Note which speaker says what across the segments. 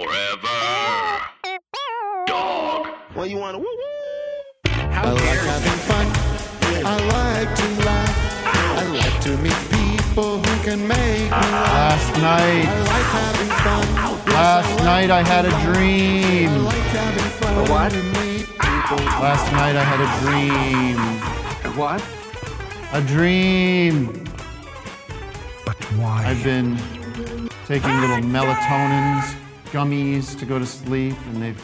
Speaker 1: Forever. Dog.
Speaker 2: Well, you want to woo woo?
Speaker 3: I like having fun. I like to laugh. I like to meet people who can make me laugh.
Speaker 4: Last night,
Speaker 3: I like having fun.
Speaker 4: last night I had a
Speaker 3: I
Speaker 4: dream.
Speaker 3: like having fun.
Speaker 5: what?
Speaker 3: to meet people.
Speaker 4: Last night I had a dream.
Speaker 5: What?
Speaker 4: A dream.
Speaker 6: But why?
Speaker 4: I've been taking little melatonins, gummies to go to sleep, and they've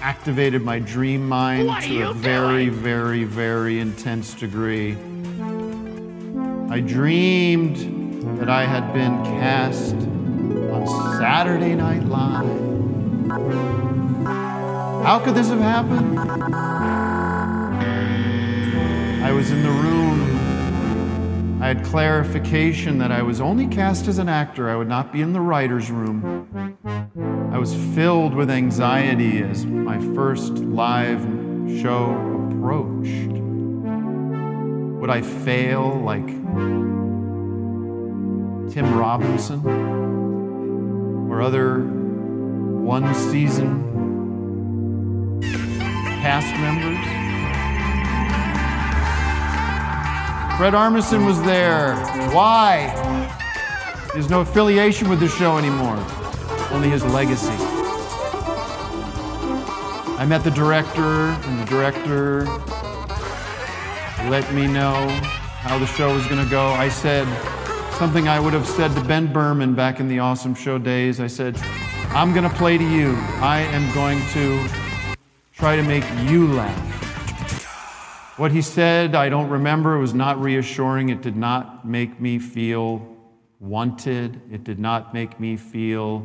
Speaker 4: activated my dream mind to a very, very, very intense degree. I dreamed that I had been cast on Saturday Night Live. How could this have happened? I was in the room I had clarification that I was only cast as an actor, I would not be in the writer's room. I was filled with anxiety as my first live show approached. Would I fail like Tim Robinson or other one season cast members? Fred Armisen was there. Why? There's no affiliation with the show anymore, only his legacy. I met the director, and the director let me know how the show was going to go. I said something I would have said to Ben Berman back in the Awesome Show days. I said, I'm going to play to you. I am going to try to make you laugh. What he said, I don't remember. It was not reassuring. It did not make me feel wanted. It did not make me feel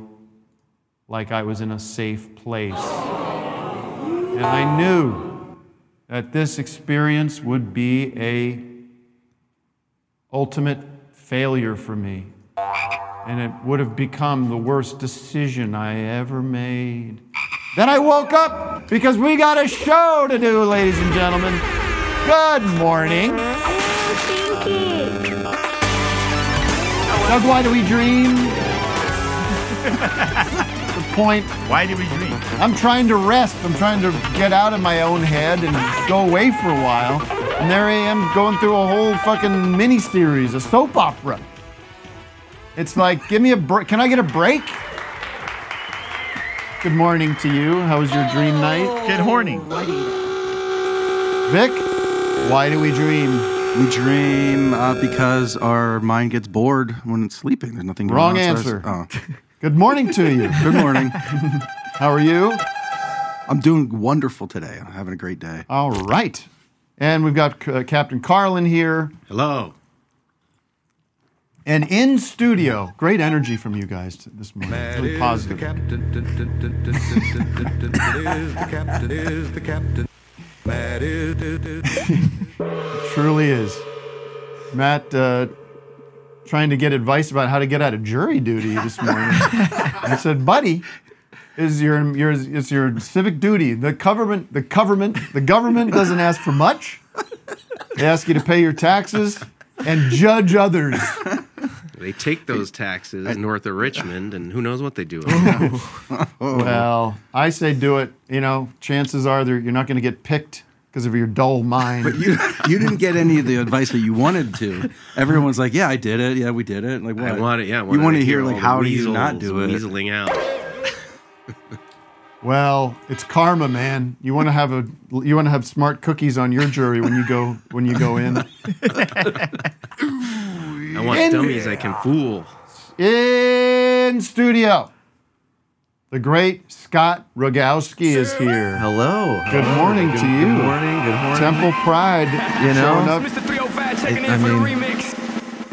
Speaker 4: like I was in a safe place. And I knew that this experience would be a ultimate failure for me. And it would have become the worst decision I ever made. Then I woke up because we got a show to do, ladies and gentlemen. Good morning. Doug, why do we dream? the point,
Speaker 6: Why do we dream?
Speaker 4: I'm trying to rest. I'm trying to get out of my own head and go away for a while. And there I am going through a whole fucking mini series, a soap opera. It's like, give me a break. Can I get a break? Good morning to you. How was your dream night?
Speaker 6: Get horny.
Speaker 4: Vic, why do we dream?
Speaker 5: We dream uh, because our mind gets bored when it's sleeping. There's nothing. going
Speaker 4: Wrong
Speaker 5: on, so
Speaker 4: answer.
Speaker 5: that's- Oh.
Speaker 4: Good morning to you.
Speaker 5: Good morning.
Speaker 4: How are you?
Speaker 5: I'm doing wonderful today. I'm having a great day.
Speaker 4: All right. And we've got uh, Captain Carlin here.
Speaker 7: Hello.
Speaker 4: And in studio, great energy from you guys t- this morning. really positive.
Speaker 7: captain. That is the captain. Is the captain. That is.
Speaker 4: Truly is. Matt uh, trying to get advice about how to get out of jury duty this morning. I said, buddy, is your, your it's your civic duty. The government, the government, the government doesn't ask for much. They ask you to pay your taxes and judge others.
Speaker 8: They take those taxes north of Richmond, and who knows what they do.
Speaker 4: Oh. Well, I say do it. You know, chances are there you're not going to get picked because of your dull mind.
Speaker 5: You, you didn't get any of the advice that you wanted to. Everyone's like, "Yeah, I did it. Yeah, we did it." Like, what?
Speaker 8: I want it. Yeah, I
Speaker 5: you
Speaker 8: wanted
Speaker 5: want to hear
Speaker 8: all
Speaker 5: like
Speaker 8: the
Speaker 5: how do you
Speaker 8: weasels
Speaker 5: not do it?
Speaker 8: Weaseling out.
Speaker 4: Well, it's karma, man. You want to have a you want to have smart cookies on your jury when you go when you go in.
Speaker 8: I want
Speaker 4: In-
Speaker 8: dummies I can fool.
Speaker 4: In studio, the great Scott Rogowski is here.
Speaker 9: Hello.
Speaker 4: Good morning to you.
Speaker 9: Good morning. Good morning.
Speaker 4: Temple Pride,
Speaker 9: You know?
Speaker 4: showing up.
Speaker 9: It- I mean,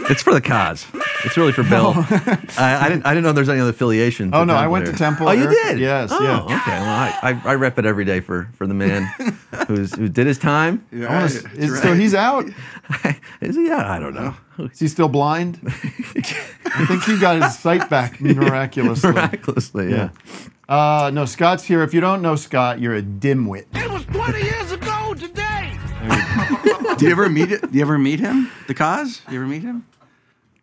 Speaker 9: it's for the cause. It's really for Bill. I, I didn't. I didn't know there's any other affiliation. To
Speaker 4: Oh, no, I
Speaker 9: Temple
Speaker 4: went
Speaker 9: here.
Speaker 4: to Temple
Speaker 9: Oh, you
Speaker 4: Air-
Speaker 9: did?
Speaker 4: yes,
Speaker 9: Oh,
Speaker 4: yeah.
Speaker 9: Okay. Well, I, I, I rep it every day for for the man who's who did his time.
Speaker 5: Yeah,
Speaker 4: I wanna s-
Speaker 5: right.
Speaker 4: is- So he's out.
Speaker 9: Is he? Yeah, I don't know.
Speaker 4: Is he still blind? I think he got his sight back miraculously.
Speaker 9: Miraculously, yeah.
Speaker 4: Uh, no, Scott's here. If you don't know Scott, you're a dimwit.
Speaker 1: It was 20 years ago today.
Speaker 5: Do you ever meet? it- Do you ever meet him? The cause? You ever meet him?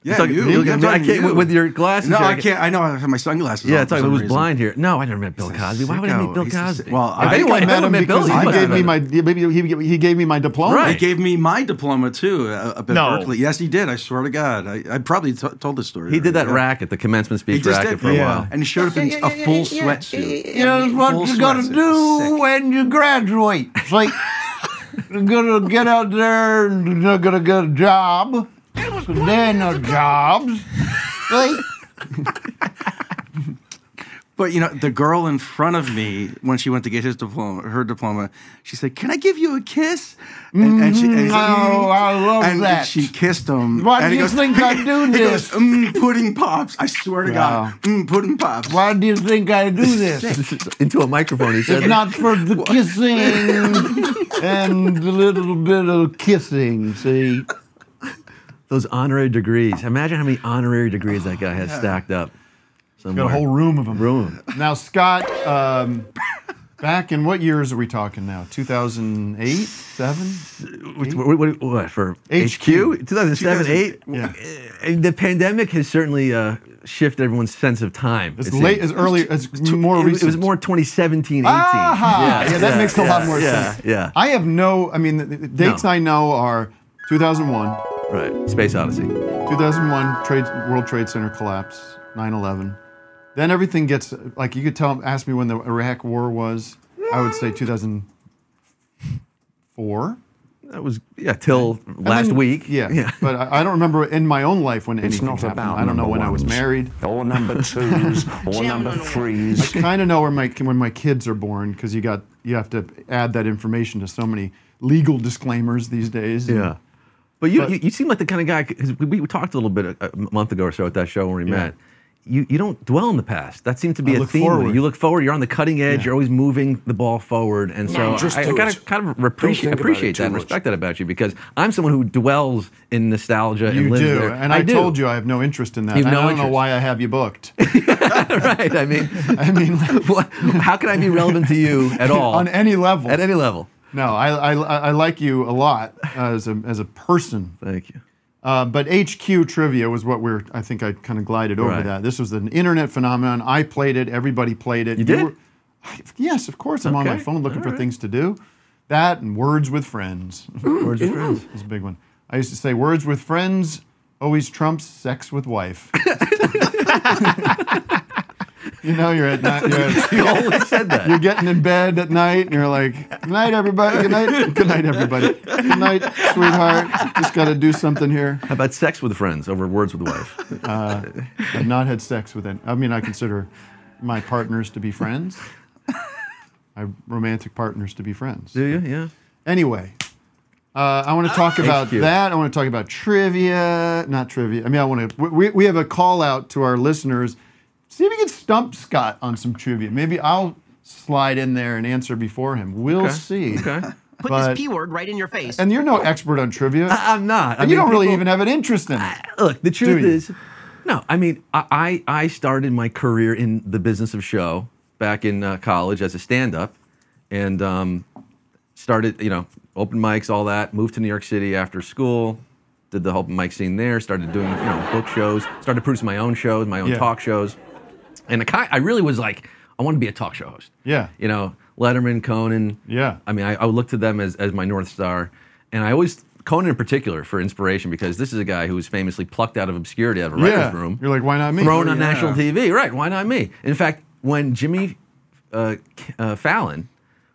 Speaker 5: Yeah,
Speaker 9: talking-
Speaker 5: you.
Speaker 9: you're looking
Speaker 5: I'm
Speaker 9: at me. I
Speaker 5: talking
Speaker 9: can't
Speaker 5: you.
Speaker 9: with your glasses.
Speaker 5: No,
Speaker 9: here,
Speaker 5: I can't. I know. I have my sunglasses.
Speaker 9: Yeah,
Speaker 5: on for
Speaker 9: talking
Speaker 5: some
Speaker 9: who's
Speaker 5: reason.
Speaker 9: blind here. No, I never met Bill
Speaker 5: He's a
Speaker 9: Cosby. Why would I meet
Speaker 5: sicko.
Speaker 9: Bill
Speaker 5: He's a
Speaker 9: Cosby?
Speaker 5: sick- well,
Speaker 9: If
Speaker 5: I think
Speaker 4: I
Speaker 9: anyone-
Speaker 4: think
Speaker 9: if
Speaker 4: I met
Speaker 9: anyone
Speaker 4: him because
Speaker 9: Bill,
Speaker 4: he
Speaker 9: would
Speaker 4: gave
Speaker 9: have
Speaker 4: me
Speaker 9: met
Speaker 4: my
Speaker 9: him.
Speaker 4: maybe he, he gave me my diploma.
Speaker 5: Oh, He
Speaker 9: Right.
Speaker 5: gave me my diploma too uh, up at
Speaker 2: No.
Speaker 5: Berkeley. Yes, he did. I swear to God, I, I probably t- told this story.
Speaker 9: He did that
Speaker 5: Yeah.
Speaker 9: racket, the commencement
Speaker 5: He
Speaker 9: speech
Speaker 5: just
Speaker 9: racket
Speaker 5: did
Speaker 9: for a
Speaker 5: yeah.
Speaker 9: while.
Speaker 5: and he showed up in a full sweatsuit.
Speaker 10: Here's
Speaker 5: Full
Speaker 10: what you gotta
Speaker 5: sweatsuit.
Speaker 10: do
Speaker 5: Sick.
Speaker 10: when you graduate. It's like you're gonna get out there and you're gonna get a job. There ain't no jobs. Like,
Speaker 5: But you know, the girl in front of me, when she went to get his diploma, her diploma, she said, "Can I give you a kiss?" And, and she, and he's like,
Speaker 10: Oh, I love
Speaker 5: and
Speaker 10: that.
Speaker 5: she kissed him.
Speaker 10: Why do
Speaker 5: and he
Speaker 10: you
Speaker 5: goes,
Speaker 10: think I do
Speaker 5: he
Speaker 10: this?
Speaker 5: Goes, mm, pudding pops. I swear to
Speaker 4: Wow.
Speaker 5: God, mm, pudding pops.
Speaker 10: why do you think I do this?
Speaker 9: Into a microphone, he said.
Speaker 10: It's not for the kissing and the little bit of kissing, see?
Speaker 9: Those honorary degrees. Imagine how many honorary degrees that guy has stacked up.
Speaker 4: Got a
Speaker 9: Somewhere.
Speaker 4: whole room of them.
Speaker 9: room.
Speaker 4: Now, Scott, um, back in what years are we talking now? 2008, 7?
Speaker 9: What, what, what, what, for HQ?
Speaker 4: HQ?
Speaker 9: 2007, 8?
Speaker 4: Yeah.
Speaker 9: Uh, The pandemic has certainly uh, shifted everyone's sense of time.
Speaker 4: It's
Speaker 9: it
Speaker 4: late,
Speaker 9: seems.
Speaker 4: it's early, it's more
Speaker 9: it, was-
Speaker 4: recent.
Speaker 9: it was more 2017, 18.
Speaker 4: Ah, yeah, that makes a lot more
Speaker 9: yeah,
Speaker 4: sense.
Speaker 9: Yeah,
Speaker 4: I have no, I mean, the, the dates
Speaker 9: No.
Speaker 4: I know are 2001,
Speaker 9: right. Space Odyssey.
Speaker 4: 2001 Trade, World Trade Center collapse, 9/11. Then everything gets like you could tell. Ask me when the Iraq War was. I would say 2004.
Speaker 9: That was, yeah, till last
Speaker 4: And then-
Speaker 9: week.
Speaker 4: Yeah, But I, I don't remember in my own life when anything
Speaker 10: not
Speaker 4: happened.
Speaker 10: about
Speaker 4: I don't know
Speaker 10: number
Speaker 4: when I was
Speaker 10: ones.
Speaker 4: married.
Speaker 1: Or number twos, or number threes.
Speaker 4: kind of know where my when my kids are born because you got you have to add that information to so many legal disclaimers these days.
Speaker 9: Yeah. But you,
Speaker 4: But-
Speaker 9: you, you seem like the kind of guy, because we, we talked a little bit uh, a, a month ago or so at that show when we met. You, you don't dwell in the past. That seems to be
Speaker 4: I
Speaker 9: a
Speaker 4: look
Speaker 9: theme. with you.
Speaker 4: forward.
Speaker 9: You look forward. You're on the cutting edge.
Speaker 4: Yeah.
Speaker 9: You're always moving the ball forward. And so
Speaker 1: just
Speaker 9: I, I
Speaker 1: do
Speaker 9: gotta
Speaker 1: it.
Speaker 9: kind of appreciate,
Speaker 1: think about it
Speaker 9: appreciate
Speaker 1: too
Speaker 9: that and
Speaker 1: much.
Speaker 9: respect that about you because I'm someone who dwells in nostalgia and
Speaker 4: You
Speaker 9: lives
Speaker 4: do,
Speaker 9: there.
Speaker 4: and I,
Speaker 9: do.
Speaker 4: told you I have no interest in that.
Speaker 9: You have
Speaker 4: And
Speaker 9: no
Speaker 4: I don't know
Speaker 9: interest.
Speaker 4: why I have you booked.
Speaker 9: right. I mean,
Speaker 4: I mean,
Speaker 9: what, how can I be relevant to you at all?
Speaker 4: on any level.
Speaker 9: At any level.
Speaker 4: No, I, I, I like you a lot as a, as a person.
Speaker 9: Thank you.
Speaker 4: Uh, but HQ trivia was what we're, I think I kind of glided over
Speaker 9: Right.
Speaker 4: that. This was an internet phenomenon. I played it, everybody played it.
Speaker 9: You did?
Speaker 4: I- yes, of course. I'm on my
Speaker 9: Okay,
Speaker 4: phone looking
Speaker 9: all
Speaker 4: for
Speaker 9: right.
Speaker 4: things to do. That and words with friends
Speaker 9: Words with friends.
Speaker 4: was a big one. I used to say words with friends always trumps sex with wife. you know, you're at, ni- you're at
Speaker 9: You always said that.
Speaker 4: you're getting in bed at night and you're like, good night, everybody. Good night. Good night, everybody. Good night, sweetheart. Just got to do something here. Uh,
Speaker 9: How about sex with friends over words with wife?
Speaker 4: I've not had sex with any. I mean, I consider my partners to be friends. My romantic partners to be friends.
Speaker 9: Do you? Yeah.
Speaker 4: Anyway, uh, I want to talk about
Speaker 9: you.
Speaker 4: that. I want to talk about trivia. Not trivia. I mean, I want to. We, we have a call out to our listeners. See if we can stump Scott on some trivia. Maybe I'll slide in there and answer before him. We'll
Speaker 9: Okay.
Speaker 4: see.
Speaker 9: Okay.
Speaker 11: Put
Speaker 4: But-
Speaker 11: this P word right in your face.
Speaker 4: And you're no expert on
Speaker 9: Oh.
Speaker 4: trivia.
Speaker 9: I- I'm not. I
Speaker 4: and you
Speaker 9: mean,
Speaker 4: don't really
Speaker 9: people-
Speaker 4: even have an interest in it.
Speaker 9: Look, the truth
Speaker 4: you?
Speaker 9: is, no. I mean, I I I started my career in the business of show back in uh, college as a stand-up, and um, started you know open mics, all that. Moved to New York City after school. Did the whole mic scene there. Started doing you know book shows. Started producing my own shows, my own
Speaker 4: Yeah.
Speaker 9: talk shows, and I, ki- I really was like, I want to be a talk show host.
Speaker 4: Yeah.
Speaker 9: You know, Letterman, Conan.
Speaker 4: Yeah.
Speaker 9: I mean, I, I would look to them as, as my North Star. And I always, Conan in particular, for inspiration, because this is a guy who was famously plucked out of obscurity out of a
Speaker 4: yeah.
Speaker 9: writer's room,
Speaker 4: You're like, why not me? Oh,
Speaker 9: thrown on
Speaker 5: yeah.
Speaker 9: national TV. Right. Why not me? In fact, when Jimmy uh, K- uh, Fallon,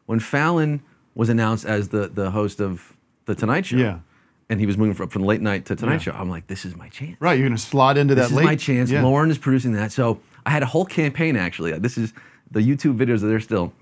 Speaker 9: when Fallon was announced as the, the host of The Tonight Show,
Speaker 4: Yeah.
Speaker 9: and he was moving from, from late night to Tonight
Speaker 4: Yeah.
Speaker 9: Show, I'm like, this is my chance
Speaker 4: right, you're going to slot into
Speaker 9: this
Speaker 4: that
Speaker 9: is
Speaker 4: late.
Speaker 9: my chance.
Speaker 4: Yeah.
Speaker 9: Lauren is producing that. So I had a whole campaign actually. This is the YouTube videos that are there still.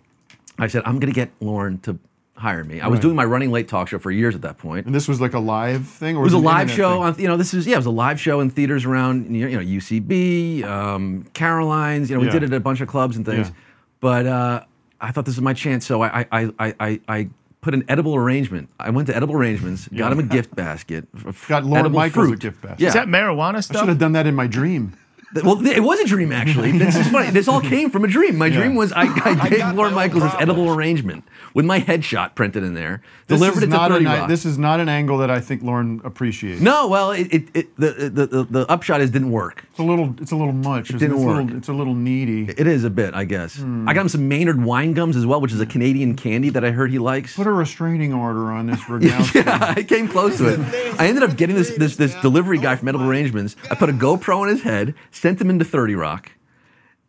Speaker 9: I said I'm gonna get Lauren to hire me. I was
Speaker 4: Right.
Speaker 9: doing my running late talk show for years at that point.
Speaker 4: And this was like a live thing? Or
Speaker 9: It was a live
Speaker 4: internet
Speaker 9: show
Speaker 4: thing?
Speaker 9: on you know this is yeah it was a live show in theaters around you know UCB, um, Caroline's. You know we
Speaker 4: Yeah.
Speaker 9: did it at a bunch of clubs and things.
Speaker 4: Yeah.
Speaker 9: But uh, I thought this was my chance, so I I I I. I, I Put an edible arrangement. I went to edible arrangements, got him a gift basket. f- f-
Speaker 4: Got Lauren
Speaker 9: edible
Speaker 4: Michaels a
Speaker 9: fruit.
Speaker 4: gift basket.
Speaker 9: Yeah.
Speaker 2: Is that marijuana
Speaker 4: I should
Speaker 2: stuff?
Speaker 4: have done that in my dream.
Speaker 9: Th- Well, th- it was a dream actually. This is funny. This all came from a dream. My dream was I, I gave
Speaker 2: got my
Speaker 9: Lorne
Speaker 2: own
Speaker 9: Michaels this
Speaker 2: problems.
Speaker 9: edible arrangement with my headshot printed in there.
Speaker 4: This
Speaker 9: delivered
Speaker 4: is
Speaker 9: it to
Speaker 4: not
Speaker 9: Thirty
Speaker 4: an,
Speaker 9: Rock.
Speaker 4: This is not an angle that I think Lauren appreciates.
Speaker 9: no, well, it, it, it the, the the the upshot is it didn't work.
Speaker 4: It's a little, it's a little much. isn't It
Speaker 9: didn't
Speaker 4: it's, A
Speaker 9: work.
Speaker 4: little, it's a little needy. Hmm.
Speaker 9: It is a bit, I guess. I got him some Maynard wine gums as well, which is a Canadian candy that I heard he likes.
Speaker 4: Put a restraining order on this Rogowski.
Speaker 9: yeah, I came close to it. I ended up getting this this this delivery guy from Edible Arrangements. I put a GoPro on his head, sent him into 30 Rock.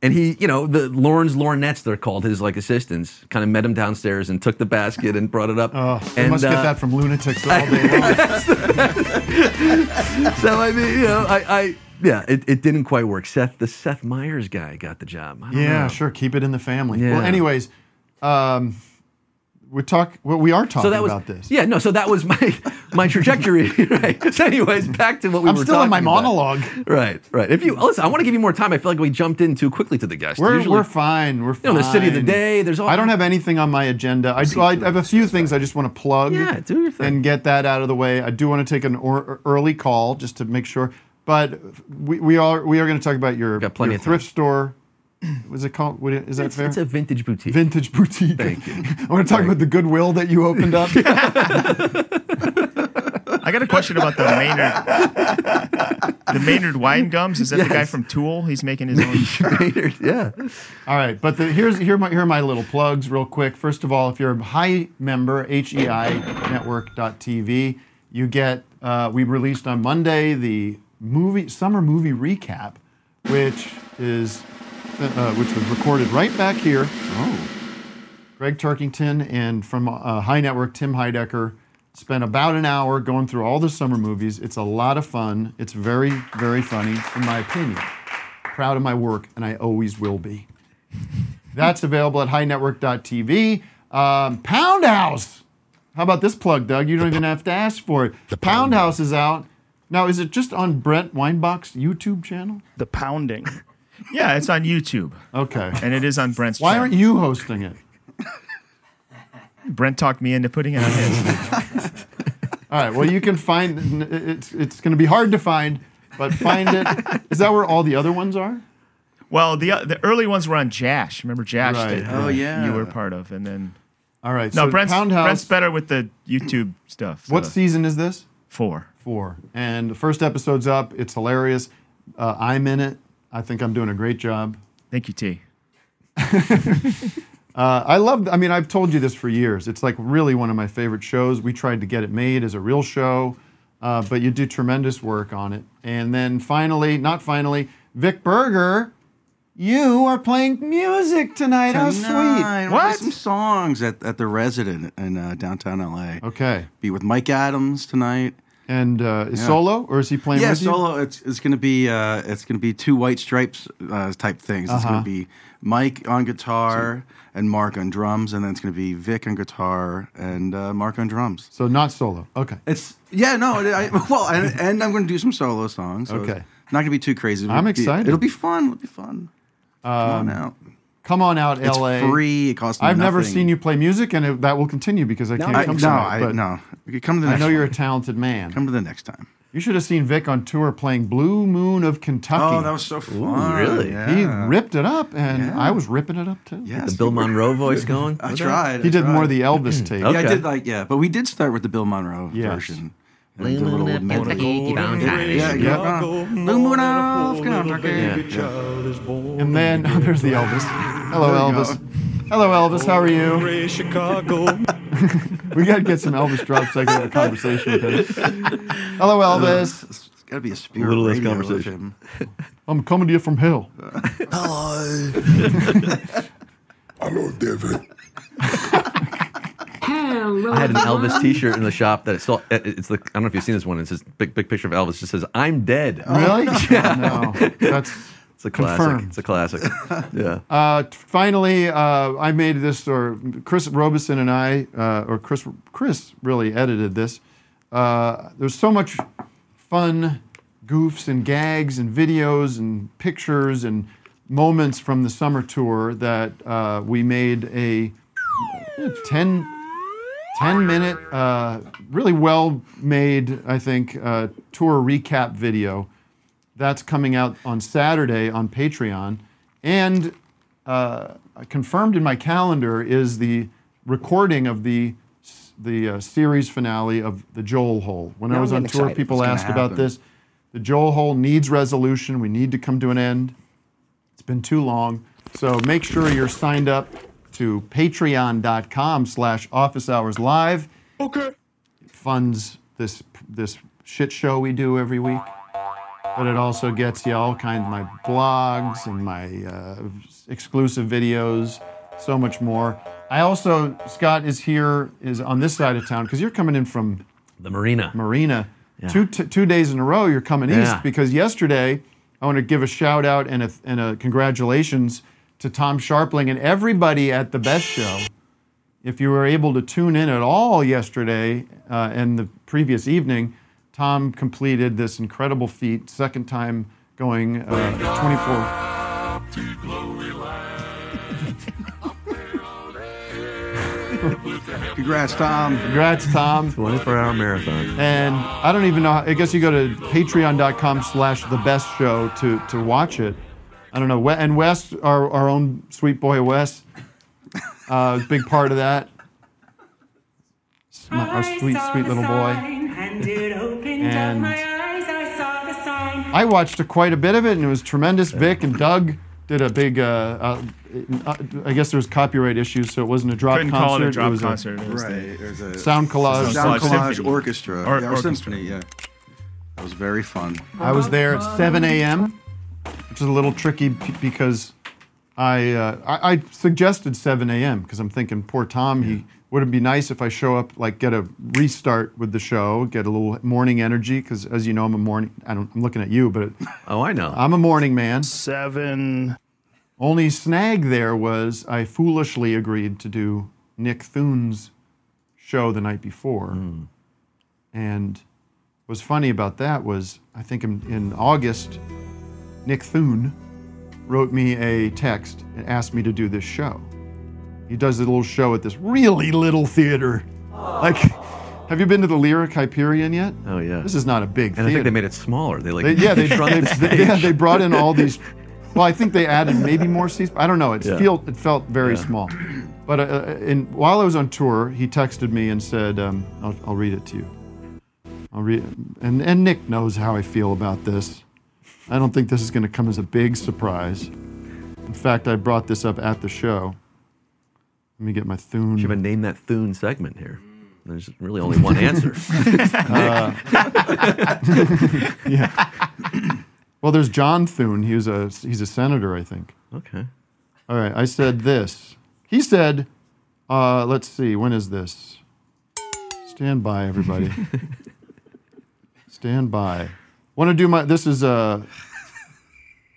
Speaker 9: And he, you know, the Lawrence Lornettes, they're called his like assistants, kind of met him downstairs and took the basket and brought it up.
Speaker 4: Oh, they
Speaker 9: and
Speaker 4: must
Speaker 9: uh,
Speaker 4: get that from lunatics all day long.
Speaker 9: so I mean, you know, I, I yeah, it, it didn't quite work. Seth, the Seth Meyers guy got the job. I don't
Speaker 4: yeah,
Speaker 9: know.
Speaker 4: sure. Keep it in the family.
Speaker 9: Yeah.
Speaker 4: Well, anyways, um, we talk. Well, we are talking
Speaker 9: So that was
Speaker 4: about this.
Speaker 9: yeah no. So that was my my trajectory. Right. So anyways, back to what we
Speaker 4: I'm
Speaker 9: were
Speaker 4: still in my
Speaker 9: talking about.
Speaker 4: monologue.
Speaker 9: Right, right. If you listen, I want to give you more time. I feel like we jumped in too quickly to the guest.
Speaker 4: We're,
Speaker 9: Usually-
Speaker 4: we're fine. We're fine.
Speaker 9: know, the city of the day, there's all-
Speaker 4: I don't have anything on my agenda. I, well, I have a few things I just want to plug.
Speaker 9: Yeah, do your thing.
Speaker 4: And get that out of the way. I do want to take an or, er, early call just to make sure. But we, we are we are going to talk about your,
Speaker 9: Got plenty
Speaker 4: your
Speaker 9: of time.
Speaker 4: thrift store. Was it called? What, is that
Speaker 9: it's,
Speaker 4: fair?
Speaker 9: it's a vintage boutique.
Speaker 4: vintage boutique.
Speaker 9: Thank you.
Speaker 4: I want to talk about the goodwill that you opened up.
Speaker 11: I got a question about the Maynard. the Maynard wine gums. Is that the guy
Speaker 9: Yes.
Speaker 11: from Tool? He's making his own.
Speaker 9: Maynard, yeah.
Speaker 4: All right, but the, here's here are my here are my little plugs real quick. First of all, if you're a high member, E HEI Network.tv, you get uh, we released on Monday the movie summer movie recap, which is uh, which was recorded right back here. Greg Turkington and from uh, High Network, Tim Heidecker spent about an hour going through all the summer movies. It's a lot of fun. It's very, very funny, in my opinion. Proud of my work, and I always will be. That's available at highnetwork.tv. Um, Pound House. How about this plug, Doug? You don't even have to ask for it. The Pound House is out. Now, is it just on Brent Weinbach's YouTube channel?
Speaker 11: The pounding. Yeah, it's on YouTube,
Speaker 4: Okay.
Speaker 11: and it is on Brent's.
Speaker 4: Why
Speaker 11: channel.
Speaker 4: aren't you hosting it?
Speaker 11: Brent talked me into putting it on his.
Speaker 4: All right. Well, you can find it's it's going to be hard to find, but find it. Is that where all the other ones are?
Speaker 11: Well, the uh, the early ones were on Jash. Remember Jash?
Speaker 4: Right.
Speaker 11: that
Speaker 5: Oh, yeah.
Speaker 11: You were part of, and then
Speaker 4: All right.
Speaker 11: no,
Speaker 4: so
Speaker 11: Brent's
Speaker 4: Pound House.
Speaker 11: Brent's better with the YouTube stuff. so
Speaker 4: what season is this?
Speaker 11: four?
Speaker 4: Four. And the first episode's up. It's hilarious. Uh, I'm in it. I think I'm doing a great job.
Speaker 11: Thank you, T.
Speaker 4: Uh, I love. I mean, I've told you this for years. It's like really one of my favorite shows. We tried to get it made as a real show, uh, but you do tremendous work on it. And then finally, not finally, Vic Berger, you are playing music tonight. How sweet.
Speaker 5: Tonight, we'll
Speaker 11: What?
Speaker 5: play Some songs at, at the Resident in uh, downtown LA.
Speaker 4: Okay.
Speaker 5: Be with Mike Adams tonight.
Speaker 4: And uh, is
Speaker 5: Yeah.
Speaker 4: solo or is he playing
Speaker 5: yeah,
Speaker 4: with you?
Speaker 5: solo. It's, it's gonna be uh, it's gonna be two white stripes uh, type things. It's
Speaker 4: Uh-huh.
Speaker 5: gonna be Mike on guitar and Mark on drums, and then it's gonna be Vic on guitar and uh, Mark on drums.
Speaker 4: So not solo. Okay.
Speaker 5: It's yeah, no. It, I, well, and, and I'm gonna do some solo songs. so
Speaker 4: Okay.
Speaker 5: it's Not gonna be too crazy. It'll
Speaker 4: I'm
Speaker 5: be-
Speaker 4: excited. Um,
Speaker 5: It'll be fun. It'll be fun. Come on out.
Speaker 4: Come on out,
Speaker 5: It's
Speaker 4: LA.
Speaker 5: free. It costs.
Speaker 4: I've never
Speaker 5: nothing.
Speaker 4: seen you play music, and it, that will continue because I can't
Speaker 5: I,
Speaker 4: come
Speaker 5: no,
Speaker 4: tonight,
Speaker 5: I,
Speaker 4: but
Speaker 5: no. Okay, Come to the
Speaker 4: I
Speaker 5: next.
Speaker 4: know
Speaker 5: one.
Speaker 4: you're a talented man.
Speaker 5: Come to the next time.
Speaker 4: You should have seen Vic on tour playing "Blue Moon of Kentucky."
Speaker 5: Oh, that was so fun.
Speaker 9: really?
Speaker 5: Yeah.
Speaker 4: he ripped it up, and
Speaker 5: Yeah.
Speaker 4: I was ripping it up too.
Speaker 5: Yes.
Speaker 9: The Bill Monroe voice going. Hmm,
Speaker 5: I tried.
Speaker 4: He
Speaker 5: I
Speaker 4: did
Speaker 5: tried.
Speaker 4: more of the Elvis tape.
Speaker 5: Yeah, I
Speaker 9: Okay.
Speaker 5: did like yeah, but we did start with the Bill Monroe
Speaker 4: Yes.
Speaker 5: version. And did a little
Speaker 9: Lemon
Speaker 5: melody.
Speaker 9: up your cheeky bone
Speaker 5: Yeah,
Speaker 9: ties.
Speaker 5: yeah, yeah. Blue Moon of Kentucky.
Speaker 4: And then oh, there's the Elvis. Hello, Elvis. Hello, Elvis. How are you?
Speaker 7: Chicago.
Speaker 4: We gotta get some Elvis drops. I got a conversation with him. Hello, Elvis.
Speaker 5: It's got to be a spirit
Speaker 9: Little less
Speaker 5: radio of
Speaker 9: conversation.
Speaker 5: him.
Speaker 4: I'm coming to you from hell.
Speaker 6: Hello, David.
Speaker 12: Hello.
Speaker 9: I had an Elvis T-shirt in the shop that it's all, it- it's the I don't know if you've seen this one. It's this big big picture of Elvis. It just says "I'm dead."
Speaker 4: Really? Yeah. No, that's
Speaker 9: It's a classic.
Speaker 4: Confirmed.
Speaker 9: It's a classic. Yeah.
Speaker 4: Uh, t- finally, uh, I made this, or Chris Robeson and I, uh, or Chris, Chris really edited this. Uh, There's so much fun goofs and gags and videos and pictures and moments from the summer tour that uh, we made a 10, 10 minute, uh, really well made, I think, uh, tour recap video That's coming out on Saturday on Patreon. And uh, confirmed in my calendar is the recording of the the uh, series finale of the Joel Hole. When I
Speaker 12: Now
Speaker 4: was
Speaker 12: I'm
Speaker 4: on
Speaker 12: getting
Speaker 4: tour,
Speaker 12: excited.
Speaker 4: people
Speaker 12: It's gonna
Speaker 4: asked about
Speaker 12: happen.
Speaker 4: this. The Joel Hole needs resolution. We need to come to an end. It's been too long. So make sure you're signed up to patreon.com slash office hours live. Okay. Funds this this shit show we do every week. But it also gets you all kinds of my blogs and my uh, exclusive videos, so much more. I also Scott is here is on this side of town because you're coming in from
Speaker 9: the marina.
Speaker 4: Marina. Two t- two days in a row you're coming
Speaker 9: Yeah.
Speaker 4: east because yesterday I want to give a shout out and a, and a congratulations to Tom Sharpling and everybody at the Best Show. If you were able to tune in at all yesterday uh, and the previous evening, Tom completed this incredible feat, second time going uh, 24
Speaker 5: Congrats, Tom.
Speaker 4: Congrats, Tom.
Speaker 9: 24 hour marathon.
Speaker 4: And I don't even know. How, I guess you go to patreon.com slash the best show to, to watch it. I don't know. We- And Wes, our, our own sweet boy Wes, uh, is a big part of that. S- my- our sweet, sweet little boy.
Speaker 13: And it opened up
Speaker 4: And-
Speaker 13: my eyes, I saw the sign.
Speaker 4: I watched quite a bit of it, and it was tremendous. Vic and Doug did a big. Uh, uh, uh, I guess there was copyright issues, so it wasn't a drop
Speaker 11: Couldn't
Speaker 4: concert.
Speaker 11: call it a drop
Speaker 4: was
Speaker 11: concert. It was
Speaker 5: Right.
Speaker 11: the-
Speaker 5: There's a
Speaker 4: Sound collage.
Speaker 5: Sound
Speaker 4: Symphony.
Speaker 5: collage orchestra.
Speaker 4: Or-
Speaker 5: yeah, or
Speaker 4: orchestra.
Speaker 5: symphony, yeah. That was very fun.
Speaker 4: I was there at 7 a.m., which is a little tricky p- because I, uh, I I suggested 7 a.m. because I'm thinking, poor Tom, he would it be nice if I show up like get a restart with the show, get a little morning energy because as you know, I'm a morning. I don't, I'm looking at you, but
Speaker 9: oh, I know.
Speaker 4: I'm a morning man. Seven. Only snag there was I foolishly agreed to do Nick Thune's show the night before.
Speaker 9: Hmm.
Speaker 4: And what's funny about that was, I think in, in August, Nick Thune wrote me a text and asked me to do this show. He does a little show at this really little theater. Like, have you been to the Lyric Hyperion yet?
Speaker 9: Oh yeah.
Speaker 4: This is not a big
Speaker 9: And I think
Speaker 4: theater.
Speaker 9: they made it smaller. They like
Speaker 4: They- yeah, they,
Speaker 9: shrunk
Speaker 4: they,
Speaker 9: the
Speaker 4: they-
Speaker 9: stage.
Speaker 4: yeah, they brought in all these. Well, I think they added maybe more seats. I don't know. It
Speaker 9: Yeah.
Speaker 4: felt it felt very
Speaker 9: Yeah.
Speaker 4: small. But uh, uh, in, while I was on tour, he texted me and said, um, I'll, "I'll read it to you." I'll read, and and Nick knows how I feel about this. I don't think this is going to come as a big surprise. In fact, I brought this up at the show. Let me get my Thune. Should have
Speaker 9: named that Thune segment here. There's really only one answer.
Speaker 4: Uh, yeah. Well, there's John Thune. He was a he's a senator, I think.
Speaker 9: Okay.
Speaker 4: All right. I said this. He said, uh, "Let's see. When is this? Stand by, everybody. Stand by. Want to do my? This is Uh,